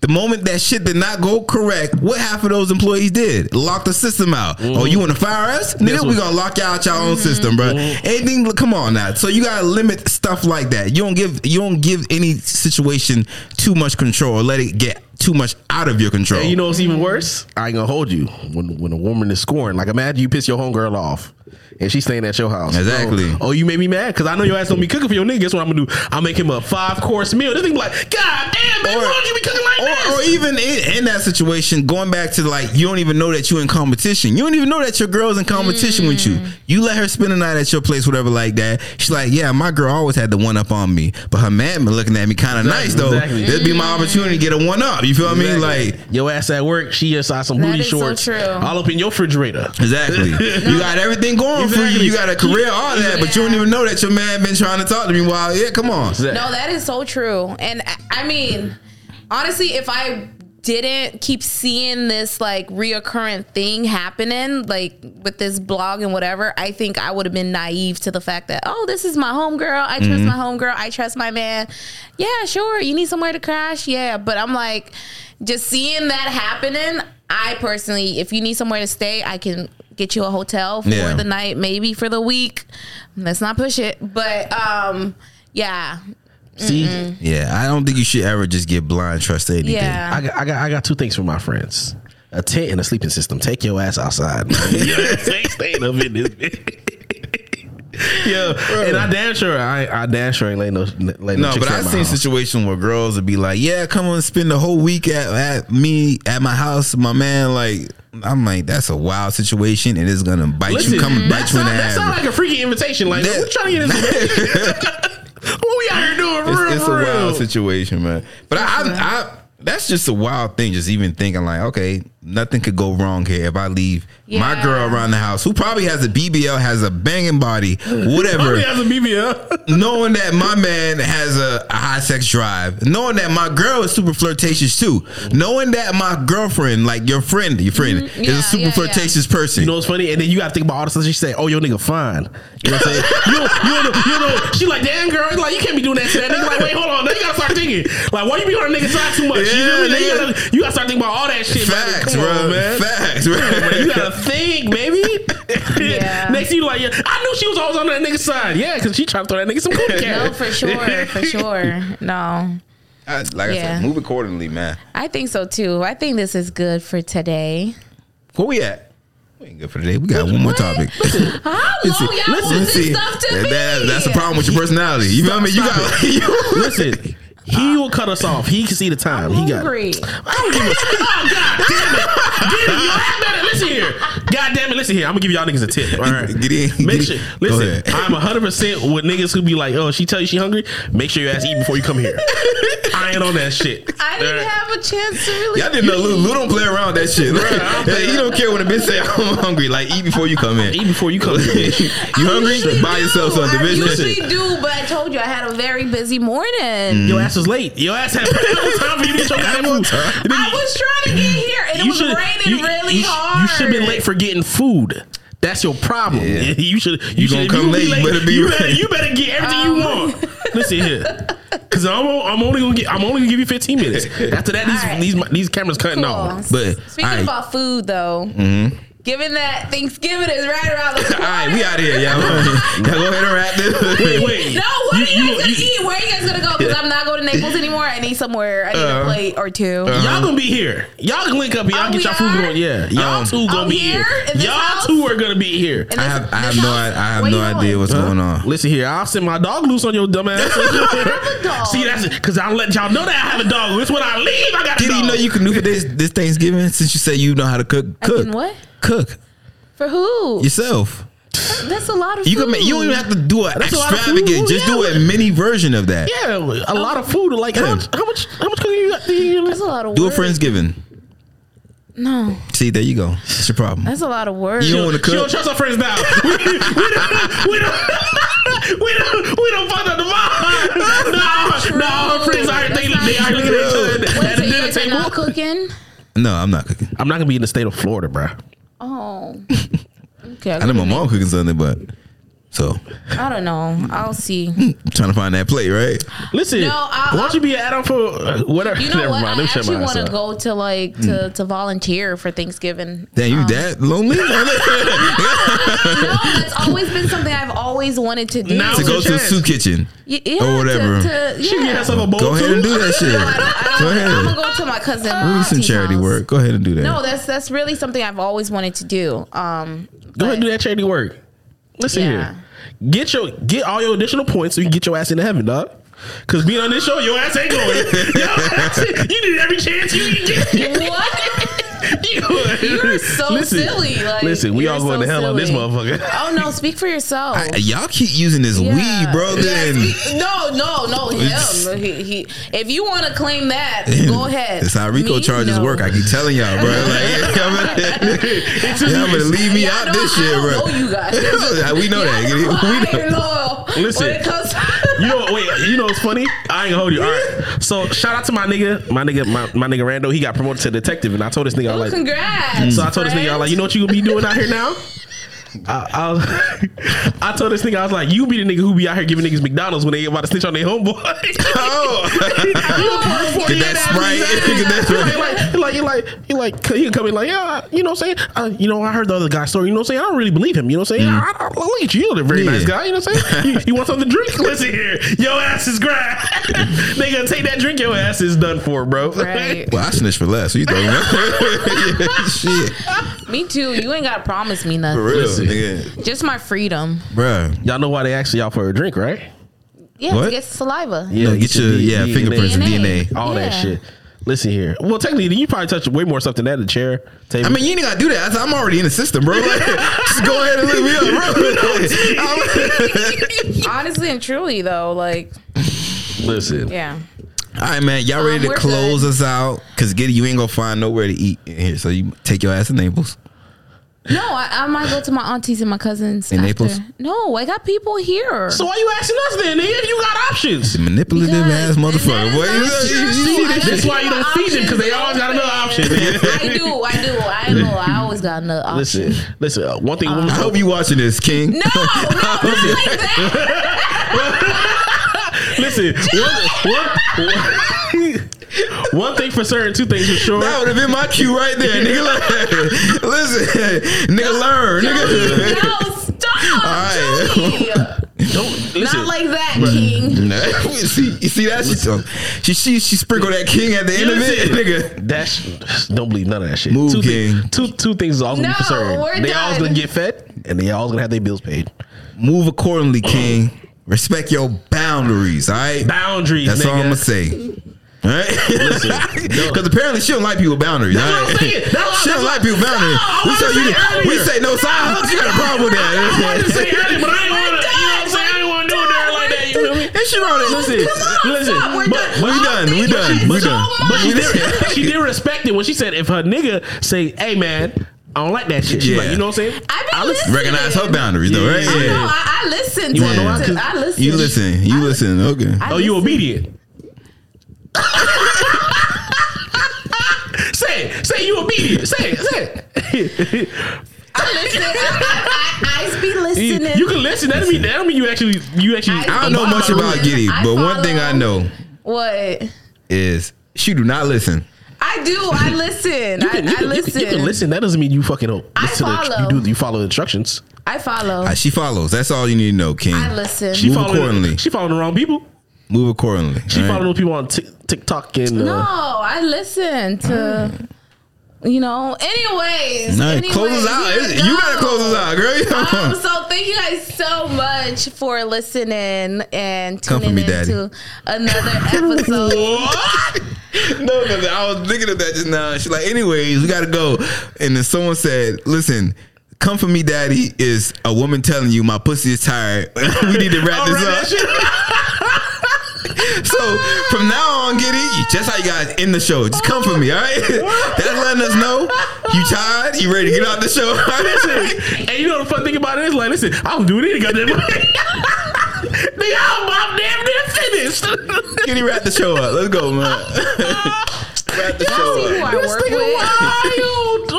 [SPEAKER 2] The moment that shit did not go correct, what half of those employees did? Lock the system out. Oh, you want to fire us? Nigga, we
[SPEAKER 1] what-
[SPEAKER 2] gonna lock y'all out your own system, bro. Anything? Come on now. So you gotta limit stuff like that. You don't give you don't give any situation too much control or let it get too much out of your control.
[SPEAKER 1] And you know what's even worse? I ain't gonna hold you. When when a woman is scoring, like imagine you piss your homegirl off and she's staying at your house.
[SPEAKER 2] Exactly.
[SPEAKER 1] Oh, oh, you made me mad because I know your ass don't be cooking for your nigga. Guess what I'm gonna do? I'll make him a five course meal. This thing be like, God damn, man,
[SPEAKER 2] Or-
[SPEAKER 1] why don't you be cooking like
[SPEAKER 2] or,
[SPEAKER 1] this?
[SPEAKER 2] or even in, in that situation, going back to like you don't even know that you're in competition. You don't even know that your girl's in competition with you. You let her spend a night at your place, whatever, like that. She's like, yeah, my girl always had the one up on me, but her man been looking at me kind of nice though.
[SPEAKER 1] exactly.
[SPEAKER 2] That'd be my opportunity to get a one up. You feel me? Like.
[SPEAKER 1] your ass at work, she just saw some
[SPEAKER 3] That
[SPEAKER 1] booty
[SPEAKER 3] is so
[SPEAKER 1] shorts
[SPEAKER 3] true.
[SPEAKER 1] all up in your refrigerator.
[SPEAKER 2] Exactly. You got everything going for
[SPEAKER 1] Exactly.
[SPEAKER 2] you. You got a career, all that, but you don't even know that your man been trying to talk to me. While yeah, come on.
[SPEAKER 3] No, that is so true. And I- I mean, honestly, if I didn't keep seeing this like reoccurrent thing happening, like with this blog and whatever, I think I would have been naive to the fact that, oh, this is my homegirl. I trust my homegirl. I trust my man. Yeah, sure. You need somewhere to crash. Yeah. But I'm like, just seeing that happening, I personally, if you need somewhere to stay, I can get you a hotel for
[SPEAKER 2] Yeah.
[SPEAKER 3] the night, maybe for the week. Let's not push it. But um, yeah,
[SPEAKER 1] See,
[SPEAKER 2] Yeah, I don't think you should ever just get blind trust to anything.
[SPEAKER 3] Yeah.
[SPEAKER 1] I got, I got I got two things for my friends. A tent and a sleeping system. Take your ass outside. yeah, stay, stay up in this bitch. Yo, and I damn sure I I damn sure ain't letting no letting
[SPEAKER 2] No, but I've seen situations where girls would be like, "Yeah, come on, spend the whole week at, at me at my house, my man." Like, I'm like, that's a wild situation, and it's gonna bite you, come and bite you in the
[SPEAKER 1] That
[SPEAKER 2] ass.
[SPEAKER 1] sounds like a freaky invitation. Like,
[SPEAKER 2] That-
[SPEAKER 1] we trying to get this. what we out here doing? For
[SPEAKER 2] it's,
[SPEAKER 1] real,
[SPEAKER 2] it's a
[SPEAKER 1] for
[SPEAKER 2] wild
[SPEAKER 1] real.
[SPEAKER 2] situation, man. But I, I, I, that's just a wild thing. Just even thinking like, okay, nothing could go wrong here if I leave my
[SPEAKER 3] Yeah.
[SPEAKER 2] girl around the house, who probably has a BBL, has a banging body, whatever.
[SPEAKER 1] Probably has a BBL.
[SPEAKER 2] knowing that my man has a, a high sex drive, knowing that my girl is super flirtatious too, knowing that my girlfriend, like your friend, your friend, is
[SPEAKER 3] Mm, yeah,
[SPEAKER 2] a super
[SPEAKER 3] yeah, yeah.
[SPEAKER 2] flirtatious person.
[SPEAKER 1] You know what's funny? And then you got to think about all the stuff she said. Oh, your nigga fine. You know what I'm saying? you, don't- you, don't know, you don't know. She like, damn girl, like you can't be doing that to that nigga. Like, wait, hold on. Now you gotta start thinking. Like, why you be on a nigga's side too much? you, feel me? Now you,
[SPEAKER 2] Yeah,
[SPEAKER 1] gotta, you gotta start thinking about all that shit. man.
[SPEAKER 2] Facts. Facts,
[SPEAKER 1] Come on,
[SPEAKER 2] bro.
[SPEAKER 1] man.
[SPEAKER 2] Facts, bro.
[SPEAKER 1] you gotta think, baby.
[SPEAKER 3] Yeah.
[SPEAKER 1] Next thing you like, yeah, I knew she was always on that nigga's side. Yeah, because she tried to throw that nigga some cookie
[SPEAKER 3] No,
[SPEAKER 1] carrots.
[SPEAKER 3] for sure, for sure. No,
[SPEAKER 2] I- like I
[SPEAKER 3] Yeah.
[SPEAKER 2] said, move accordingly, man.
[SPEAKER 3] I think so too. I think this is good for today.
[SPEAKER 2] Where we at? We ain't good for today. We got one more topic.
[SPEAKER 3] How long y'all
[SPEAKER 1] listen,
[SPEAKER 3] want this stuff to
[SPEAKER 2] that-
[SPEAKER 3] be?
[SPEAKER 2] that- that's the problem with your personality. You feel me? You got. You,
[SPEAKER 1] Listen, he will cut us off. He can see the time. he got.
[SPEAKER 3] Hungry.
[SPEAKER 1] I don't give a. oh god damn it! Get it, you ass better. Listen here. God damn it! Listen here. I'm gonna give y'all niggas a tip. All right.
[SPEAKER 2] Get in,
[SPEAKER 1] Make
[SPEAKER 2] get
[SPEAKER 1] sure.
[SPEAKER 2] in. Go
[SPEAKER 1] Listen,
[SPEAKER 2] ahead.
[SPEAKER 1] I'm 100 percent with niggas who be like, "Oh, she tell you she hungry. Make sure your ass eat before you come here." I ain't on that shit.
[SPEAKER 3] I didn't
[SPEAKER 1] All right.
[SPEAKER 3] have a chance to really.
[SPEAKER 2] Y'all didn't know Lou, Lou don't play around that shit. Hey, he don't care when a bitch say I'm hungry. Like eat before you come in.
[SPEAKER 1] Eat before you come here.
[SPEAKER 2] you hungry?
[SPEAKER 3] usually
[SPEAKER 2] Buy
[SPEAKER 3] do.
[SPEAKER 2] yourself something.
[SPEAKER 3] I
[SPEAKER 2] Bitch.
[SPEAKER 3] usually do, but I told you I had a very busy morning.
[SPEAKER 2] Mm.
[SPEAKER 1] Your ass is late. Your ass had ample time for you to get your goddamn food.
[SPEAKER 3] I was trying to get here, and it was
[SPEAKER 1] should-
[SPEAKER 3] raining
[SPEAKER 1] you-
[SPEAKER 3] really
[SPEAKER 1] you sh-
[SPEAKER 3] hard.
[SPEAKER 1] You should have been late for getting food. That's your problem.
[SPEAKER 2] Yeah.
[SPEAKER 1] You should. You,
[SPEAKER 2] You
[SPEAKER 1] should
[SPEAKER 2] gonna
[SPEAKER 1] if
[SPEAKER 2] come
[SPEAKER 1] you
[SPEAKER 2] late, you better be
[SPEAKER 1] you
[SPEAKER 2] ready.
[SPEAKER 1] you better get everything
[SPEAKER 3] Um,
[SPEAKER 1] you want. Listen here, because I'm, o- I'm only gonna get, I'm only gonna give you 15 minutes. After that, these
[SPEAKER 3] All right.
[SPEAKER 1] these my- these cameras cutting
[SPEAKER 3] Cool.
[SPEAKER 1] off.
[SPEAKER 2] But
[SPEAKER 3] Speaking
[SPEAKER 2] all right, Mm-hmm. all
[SPEAKER 3] about food, though, given that Thanksgiving is right around the corner,
[SPEAKER 2] right, we out of here, y'all. y'all go ahead and wrap this.
[SPEAKER 1] Wait, wait.
[SPEAKER 3] No, what
[SPEAKER 1] You-
[SPEAKER 3] are you
[SPEAKER 1] you-
[SPEAKER 3] guys gonna
[SPEAKER 1] you-
[SPEAKER 3] eat? Where are you guys gonna go? Because I'm not going to Naples anymore. I need somewhere. I need a
[SPEAKER 2] Uh,
[SPEAKER 3] plate or two.
[SPEAKER 1] Y'all gonna be here. Y'all can link up. and Y'all
[SPEAKER 3] Oh,
[SPEAKER 1] get
[SPEAKER 3] we
[SPEAKER 1] y'all food
[SPEAKER 3] are?
[SPEAKER 1] going. Yeah, y'all
[SPEAKER 2] Um,
[SPEAKER 1] two gonna
[SPEAKER 3] I'm
[SPEAKER 1] be
[SPEAKER 3] here
[SPEAKER 1] here.
[SPEAKER 3] in this
[SPEAKER 1] Y'all
[SPEAKER 3] house?
[SPEAKER 1] two are gonna be here.
[SPEAKER 3] And
[SPEAKER 2] I
[SPEAKER 3] this-
[SPEAKER 2] have I have
[SPEAKER 3] this
[SPEAKER 2] no
[SPEAKER 3] house-
[SPEAKER 2] I have
[SPEAKER 3] where
[SPEAKER 2] no
[SPEAKER 3] you
[SPEAKER 2] idea
[SPEAKER 3] going?
[SPEAKER 2] what's going on.
[SPEAKER 1] Listen here, I'll send my dog loose on your dumb ass.
[SPEAKER 3] dog.
[SPEAKER 1] See, that's because I'm letting y'all know that I have a dog loose. When I leave, I got a
[SPEAKER 2] Did
[SPEAKER 1] dog.
[SPEAKER 2] you know you can do for this this Thanksgiving since you say you know how to cook?
[SPEAKER 3] I can
[SPEAKER 2] Cook
[SPEAKER 3] what?
[SPEAKER 2] Cook
[SPEAKER 3] For who?
[SPEAKER 2] yourself.
[SPEAKER 3] That's a lot of
[SPEAKER 2] You
[SPEAKER 3] food.
[SPEAKER 2] can make. You don't even have to do an
[SPEAKER 1] That's a lot of food,
[SPEAKER 2] extravagant. Just do
[SPEAKER 1] yeah.
[SPEAKER 2] a mini version of that.
[SPEAKER 1] Yeah, a lot of food. Like how
[SPEAKER 2] Yeah.
[SPEAKER 1] much? How much? How much cooking you got? You
[SPEAKER 3] That's a lot of
[SPEAKER 2] Do a
[SPEAKER 3] work.
[SPEAKER 2] friendsgiving.
[SPEAKER 3] No,
[SPEAKER 2] See, there you go. That's your problem.
[SPEAKER 3] that's a lot of work.
[SPEAKER 2] You don't wanna
[SPEAKER 1] She don't
[SPEAKER 2] cook.
[SPEAKER 1] trust her friends now. we, we don't. We don't. We don't. We don't fuck up the mom. No, no, her friends are they, they are looking at each other at-
[SPEAKER 3] Wait,
[SPEAKER 1] at the
[SPEAKER 3] so you
[SPEAKER 1] dinner
[SPEAKER 3] guys are not
[SPEAKER 1] table.
[SPEAKER 3] cooking?
[SPEAKER 2] No, I'm not cooking.
[SPEAKER 1] I'm not gonna be in the state of Florida, bro.
[SPEAKER 3] Oh. Okay.
[SPEAKER 2] I know my mom cooking something, but so
[SPEAKER 3] I don't know. I'll see.
[SPEAKER 2] I'm trying to find that plate, right?
[SPEAKER 1] Listen,
[SPEAKER 3] No,
[SPEAKER 1] why
[SPEAKER 3] I-
[SPEAKER 1] don't you be an add-on for uh, whatever?
[SPEAKER 3] You know
[SPEAKER 1] Let
[SPEAKER 3] what? I
[SPEAKER 1] me shut
[SPEAKER 3] actually
[SPEAKER 1] my ass
[SPEAKER 3] want
[SPEAKER 1] up.
[SPEAKER 3] to go to like to,
[SPEAKER 2] Hmm.
[SPEAKER 3] to volunteer for Thanksgiving.
[SPEAKER 2] Damn, you that lonely?
[SPEAKER 3] No, that's always been something I've always wanted to do.
[SPEAKER 1] Now
[SPEAKER 2] to go to the soup kitchen.
[SPEAKER 3] Y- yeah,
[SPEAKER 2] or Oh, whatever.
[SPEAKER 3] To, to,
[SPEAKER 1] She can get
[SPEAKER 3] yeah.
[SPEAKER 1] herself a bowl
[SPEAKER 2] Go ahead
[SPEAKER 1] too.
[SPEAKER 2] and do that shit. Go
[SPEAKER 3] I'm
[SPEAKER 2] ahead.
[SPEAKER 3] gonna go to my cousin.
[SPEAKER 2] We do
[SPEAKER 3] auntie's
[SPEAKER 2] some charity
[SPEAKER 3] house.
[SPEAKER 2] work. Go ahead and do that.
[SPEAKER 3] No, that's that's really something I've always wanted to do. Um,
[SPEAKER 1] Go ahead and
[SPEAKER 3] but-
[SPEAKER 1] do that charity work. Listen
[SPEAKER 3] Yeah.
[SPEAKER 1] here. Get your get all your additional points so you can get your ass into heaven, dog. Cause being on this show, your ass ain't going. Your ass- you need every chance you can get.
[SPEAKER 3] What? You're so silly, like,
[SPEAKER 1] listen, we
[SPEAKER 3] you're
[SPEAKER 1] all going to
[SPEAKER 3] so
[SPEAKER 1] hell on this
[SPEAKER 3] silly.
[SPEAKER 1] motherfucker.
[SPEAKER 3] oh no, speak for yourself.
[SPEAKER 2] I- y'all keep using this
[SPEAKER 3] Yeah.
[SPEAKER 2] weed, bro.
[SPEAKER 3] Yes,
[SPEAKER 2] Then
[SPEAKER 3] he- no, no, no, him. He, he, if you want to claim that, go ahead.
[SPEAKER 2] That's how Rico
[SPEAKER 3] Me?
[SPEAKER 2] charges
[SPEAKER 3] No.
[SPEAKER 2] work. I keep telling y'all, bro. Like, y'all
[SPEAKER 1] It's just-
[SPEAKER 2] better leave me
[SPEAKER 3] Y'all
[SPEAKER 2] out
[SPEAKER 3] know
[SPEAKER 2] this
[SPEAKER 3] I
[SPEAKER 2] shit,
[SPEAKER 3] don't
[SPEAKER 2] bro.
[SPEAKER 3] know you guys.
[SPEAKER 2] we know that.
[SPEAKER 3] Y'all
[SPEAKER 2] We know.
[SPEAKER 3] I ain't loyal.
[SPEAKER 1] Listen.
[SPEAKER 3] when it comes
[SPEAKER 1] You know, wait. You know what's funny? I ain't gonna hold you. All right. So shout out to my nigga, my nigga, my, my nigga Rando. He got promoted to detective, and I told this nigga, I
[SPEAKER 3] Well,
[SPEAKER 1] like,
[SPEAKER 3] Oh, congrats.
[SPEAKER 1] So I told this nigga, I was
[SPEAKER 3] friend.
[SPEAKER 1] like, you know what you gonna be doing out here now? I, I, was, I told this nigga, I was like, you be the nigga who be out here giving niggas McDonald's when they about to snitch on their homeboy.
[SPEAKER 2] Oh, get that sprite. Get that
[SPEAKER 1] He
[SPEAKER 2] sprite.
[SPEAKER 1] like, he like, he like, he like, he come in like, yeah, you know what I'm saying? Uh, you know, I heard the other guy's story. You know what I'm saying? I don't really believe him. You know what I'm saying? I, I, I look at you, you're a very
[SPEAKER 2] Mm. Yeah.
[SPEAKER 1] nice guy. You know what I'm saying? you, you want something to drink? Listen here, your ass is grass. they gonna take that drink. Your ass is done for, bro.
[SPEAKER 3] Right.
[SPEAKER 2] Well, I snitched for less. What you talking about? yeah, shit.
[SPEAKER 3] Me too. You ain't gotta promise me
[SPEAKER 2] For
[SPEAKER 3] nothing.
[SPEAKER 2] real,
[SPEAKER 1] Listen.
[SPEAKER 2] nigga.
[SPEAKER 3] Just my freedom.
[SPEAKER 2] Bro.
[SPEAKER 1] Y'all know why they asked y'all for a drink, right?
[SPEAKER 3] Yeah,
[SPEAKER 2] What?
[SPEAKER 3] to get saliva.
[SPEAKER 1] Yeah,
[SPEAKER 2] no, get your,
[SPEAKER 1] D-
[SPEAKER 2] yeah,
[SPEAKER 1] DNA.
[SPEAKER 2] fingerprints and
[SPEAKER 3] DNA.
[SPEAKER 2] DNA.
[SPEAKER 1] all that
[SPEAKER 3] Yeah.
[SPEAKER 1] shit. Listen here. Well, technically, you probably touched way more stuff than that. The chair, table.
[SPEAKER 2] I mean, you ain't gotta do that. I'm already in the system, bro. Like, just go ahead and look me up, bro.
[SPEAKER 3] Honestly and truly though, like
[SPEAKER 1] listen.
[SPEAKER 3] yeah.
[SPEAKER 2] All right, man. Y'all ready to
[SPEAKER 3] Um, we're
[SPEAKER 2] close us out? Cause Giddy, you ain't gonna find nowhere to eat in here. So you take your ass to Naples.
[SPEAKER 3] No, I, I might go to my aunties and my cousins
[SPEAKER 2] In
[SPEAKER 3] after.
[SPEAKER 2] Naples?
[SPEAKER 3] No, I got people here.
[SPEAKER 1] So why you asking us then? nigga, If you got options,
[SPEAKER 2] Manipulative
[SPEAKER 3] Because-
[SPEAKER 2] ass motherfucker. Boy, you,
[SPEAKER 3] That's
[SPEAKER 2] you-
[SPEAKER 3] not
[SPEAKER 2] you see
[SPEAKER 3] true.
[SPEAKER 2] this
[SPEAKER 3] I
[SPEAKER 1] that's
[SPEAKER 2] shit?
[SPEAKER 3] just-
[SPEAKER 1] why you don't feed them because they always got another option. nigga.
[SPEAKER 3] I do, I do, I know. I always got another option.
[SPEAKER 1] Listen, listen. uh, one thing. women-
[SPEAKER 2] I hope you watching this, King.
[SPEAKER 3] No, no, not like that.
[SPEAKER 1] listen. One, one, one, one thing late for certain two things for sure.
[SPEAKER 2] That would have been my cue right there, nigga. Like, listen, nigga, learn,
[SPEAKER 3] Yo,
[SPEAKER 2] nigga.
[SPEAKER 3] stop,
[SPEAKER 2] right.
[SPEAKER 3] Jody.
[SPEAKER 1] Don't listen.
[SPEAKER 3] Not like that, King.
[SPEAKER 2] Nah, see, you see that she, she she she sprinkled that king at the end of it, nigga.
[SPEAKER 1] That's don't believe none of that shit.
[SPEAKER 2] Move,
[SPEAKER 1] two, thi-
[SPEAKER 2] King.
[SPEAKER 1] two two things is all gonna be for
[SPEAKER 3] No,
[SPEAKER 1] certain.
[SPEAKER 3] we're
[SPEAKER 1] They all
[SPEAKER 3] done.
[SPEAKER 1] gonna get fed and they all gonna have their bills paid.
[SPEAKER 2] Move accordingly, king. Respect your boundaries, all right?
[SPEAKER 1] Boundaries.
[SPEAKER 2] That's all I'm gonna
[SPEAKER 1] nigga.
[SPEAKER 2] say. All right,
[SPEAKER 1] no.
[SPEAKER 2] because apparently she don't like people with boundaries.
[SPEAKER 1] That's
[SPEAKER 2] all
[SPEAKER 1] what I'm
[SPEAKER 2] right?
[SPEAKER 1] saying. That's what I'm-
[SPEAKER 2] she don't
[SPEAKER 1] that's
[SPEAKER 2] like
[SPEAKER 1] what-
[SPEAKER 2] people with boundaries.
[SPEAKER 1] No,
[SPEAKER 2] we
[SPEAKER 1] I
[SPEAKER 2] say
[SPEAKER 1] wanted
[SPEAKER 2] you,
[SPEAKER 1] to say
[SPEAKER 2] we
[SPEAKER 1] earlier.
[SPEAKER 2] say no side hugs. You got a problem with
[SPEAKER 1] I wanted to say
[SPEAKER 2] that?
[SPEAKER 1] earlier, but I ain't wanna. You know what I'm saying? I ain't wanna do it there like that. You feel me?
[SPEAKER 2] and she wrote it.
[SPEAKER 1] Listen, listen.
[SPEAKER 3] stop, we're
[SPEAKER 1] but,
[SPEAKER 3] done.
[SPEAKER 1] but
[SPEAKER 2] We done. We done. We done.
[SPEAKER 1] But she
[SPEAKER 2] We
[SPEAKER 1] did,
[SPEAKER 2] done.
[SPEAKER 1] she did respect it when she said, if her nigga say, hey man, I don't like that shit. She's
[SPEAKER 2] Yeah.
[SPEAKER 1] like, you know what I'm saying?
[SPEAKER 3] I've been
[SPEAKER 1] I
[SPEAKER 3] listening.
[SPEAKER 2] Recognize her boundaries, though,
[SPEAKER 1] Yeah.
[SPEAKER 2] right?
[SPEAKER 1] I
[SPEAKER 3] No,
[SPEAKER 2] Yeah.
[SPEAKER 3] I, I listen.
[SPEAKER 1] You
[SPEAKER 3] to
[SPEAKER 1] wanna know why? 'Cause
[SPEAKER 3] I listen.
[SPEAKER 2] You listen. You listen. Okay.
[SPEAKER 3] I
[SPEAKER 1] Oh, you
[SPEAKER 3] listen.
[SPEAKER 1] obedient. say it. Say you obedient. Say it. Say it.
[SPEAKER 3] I listen. I, I, I, I be
[SPEAKER 1] You,
[SPEAKER 3] listening.
[SPEAKER 1] you can listen. That mean that don't mean you actually you actually.
[SPEAKER 3] I-
[SPEAKER 2] I don't know much about Giddy,
[SPEAKER 3] I
[SPEAKER 2] but one thing I know
[SPEAKER 3] follow- what?
[SPEAKER 2] is she do not listen.
[SPEAKER 3] I do. I listen.
[SPEAKER 1] You
[SPEAKER 3] I,
[SPEAKER 1] can, you can-
[SPEAKER 3] I
[SPEAKER 1] you can-
[SPEAKER 3] listen.
[SPEAKER 1] you can listen. That doesn't mean you fucking don't
[SPEAKER 3] I
[SPEAKER 1] listen. to the,
[SPEAKER 3] follow.
[SPEAKER 1] you do you follow the instructions.
[SPEAKER 3] I follow.
[SPEAKER 2] Uh,
[SPEAKER 3] I,
[SPEAKER 2] She follows. That's all you need to know, King.
[SPEAKER 3] listen.
[SPEAKER 1] She
[SPEAKER 2] Move
[SPEAKER 1] following.
[SPEAKER 2] accordingly.
[SPEAKER 1] She following the wrong people.
[SPEAKER 2] Move accordingly.
[SPEAKER 1] She
[SPEAKER 2] all right?
[SPEAKER 1] following those people on Tik TikTok and uh,
[SPEAKER 3] no, I listen to. You know. Anyways.
[SPEAKER 2] All right,
[SPEAKER 3] anyways
[SPEAKER 2] close us out.
[SPEAKER 3] here we
[SPEAKER 2] It's- You gotta
[SPEAKER 3] go.
[SPEAKER 2] close us out, girl.
[SPEAKER 3] Um, so thank you guys so much for listening and
[SPEAKER 2] Come for
[SPEAKER 3] tuning
[SPEAKER 2] me, Daddy.
[SPEAKER 3] into another episode.
[SPEAKER 2] What? no, no, no. I was thinking of that just now. She's like, anyways, we gotta go. And then someone said, listen. Come for me, daddy, is a woman telling you my pussy is tired. we need to wrap
[SPEAKER 1] All right, that
[SPEAKER 2] this
[SPEAKER 1] shit.
[SPEAKER 2] up. So from now on, Giddy, just how you guys end the show. Just come for me, all right? That's letting us know you tired, you ready to get out the show. all right?
[SPEAKER 1] and you know the fun thing about it is like, listen, I don't do it any goddamn way. Nigga, I'm, I'm damn near finished.
[SPEAKER 2] Giddy, wrap the show up. Let's go, man. wrap the
[SPEAKER 3] See
[SPEAKER 2] show
[SPEAKER 3] who
[SPEAKER 2] up.
[SPEAKER 3] I work with.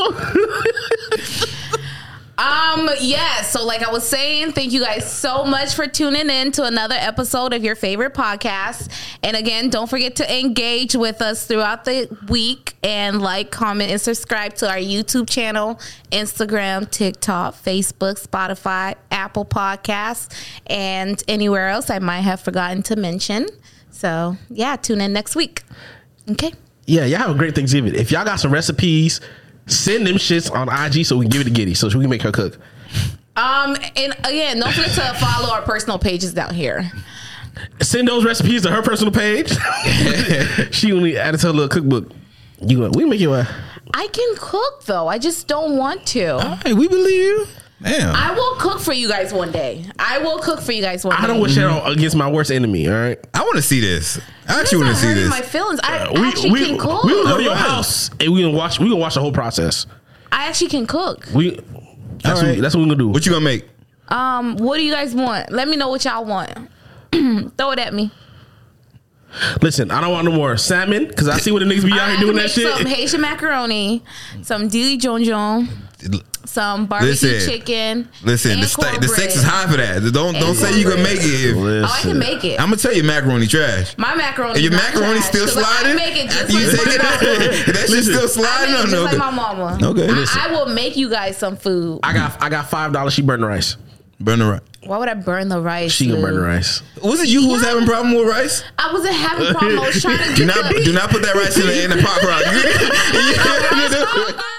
[SPEAKER 3] Um, yeah, so like I was saying, thank you guys so much for tuning in to another episode of your favorite podcast. And again, don't forget to engage with us throughout the week and like, comment, and subscribe to our YouTube channel, Instagram, TikTok, Facebook, Spotify, Apple Podcasts, and anywhere else I might have forgotten to mention. So yeah, tune in next week. Okay.
[SPEAKER 1] yeah, y'all have a great Thanksgiving. If y'all got some recipes, send them shits on IG so we can give it to Giddy so she can make her cook.
[SPEAKER 3] Um, and again, don't forget to follow our personal pages down here.
[SPEAKER 1] Send those recipes to her personal page. she only added to her little cookbook. You gonna we make your uh,
[SPEAKER 3] I can cook though. I just don't want to.
[SPEAKER 2] Hey, we believe you. Damn.
[SPEAKER 3] I will cook for you guys one day. I will cook for you guys one day.
[SPEAKER 1] I don't wish that on against my worst enemy, all right?
[SPEAKER 2] I want to see this. I
[SPEAKER 3] That's
[SPEAKER 2] actually want
[SPEAKER 3] not
[SPEAKER 2] to see
[SPEAKER 3] hurting
[SPEAKER 2] this.
[SPEAKER 3] My feelings. I
[SPEAKER 1] We
[SPEAKER 3] actually
[SPEAKER 1] we, we
[SPEAKER 3] can cook.
[SPEAKER 1] will go to your
[SPEAKER 2] Alright.
[SPEAKER 1] house and we gonna watch we gonna watch the whole process.
[SPEAKER 3] I actually can cook.
[SPEAKER 1] We that's
[SPEAKER 2] Alright.
[SPEAKER 1] what, that's what we're gonna do.
[SPEAKER 2] What you gonna make?
[SPEAKER 3] Um, what do you guys want? Let me know what y'all want. Throw it at me.
[SPEAKER 1] Listen, I don't want no more salmon because I see what the niggas be out
[SPEAKER 3] I
[SPEAKER 1] here doing
[SPEAKER 3] can
[SPEAKER 1] that
[SPEAKER 3] make
[SPEAKER 1] shit.
[SPEAKER 3] Some Haitian macaroni, some dilly john john, some barbecue
[SPEAKER 2] Listen.
[SPEAKER 3] chicken.
[SPEAKER 2] Listen,
[SPEAKER 3] and
[SPEAKER 2] the, sta the
[SPEAKER 3] cornbread.
[SPEAKER 2] sex is high for that. Don't don't
[SPEAKER 3] And
[SPEAKER 2] say you gonna
[SPEAKER 3] cornbread.
[SPEAKER 2] make it.
[SPEAKER 3] Oh, I can make it.
[SPEAKER 2] I'm gonna tell you, macaroni trash.
[SPEAKER 3] my macaroni.
[SPEAKER 2] And your macaroni still sliding.
[SPEAKER 3] I make it just
[SPEAKER 2] after you
[SPEAKER 3] like
[SPEAKER 2] take it
[SPEAKER 3] my
[SPEAKER 2] out,
[SPEAKER 3] mama.
[SPEAKER 2] that shit
[SPEAKER 1] Listen.
[SPEAKER 2] still
[SPEAKER 3] I
[SPEAKER 2] sliding
[SPEAKER 3] make it
[SPEAKER 2] on
[SPEAKER 3] just
[SPEAKER 2] no
[SPEAKER 3] like my
[SPEAKER 2] good.
[SPEAKER 3] mama.
[SPEAKER 2] Okay. Listen.
[SPEAKER 3] I, I will make you guys some food.
[SPEAKER 1] I got I got five dollars. She burned the rice.
[SPEAKER 2] Burn the rice.
[SPEAKER 3] Why would I burn the rice?
[SPEAKER 1] She gonna burn the
[SPEAKER 3] dude?
[SPEAKER 1] rice.
[SPEAKER 2] Was it you who was having problem with rice?
[SPEAKER 3] I wasn't having problems trying to
[SPEAKER 2] Do
[SPEAKER 3] get
[SPEAKER 2] not do not put that rice in the in the pop rock.
[SPEAKER 3] the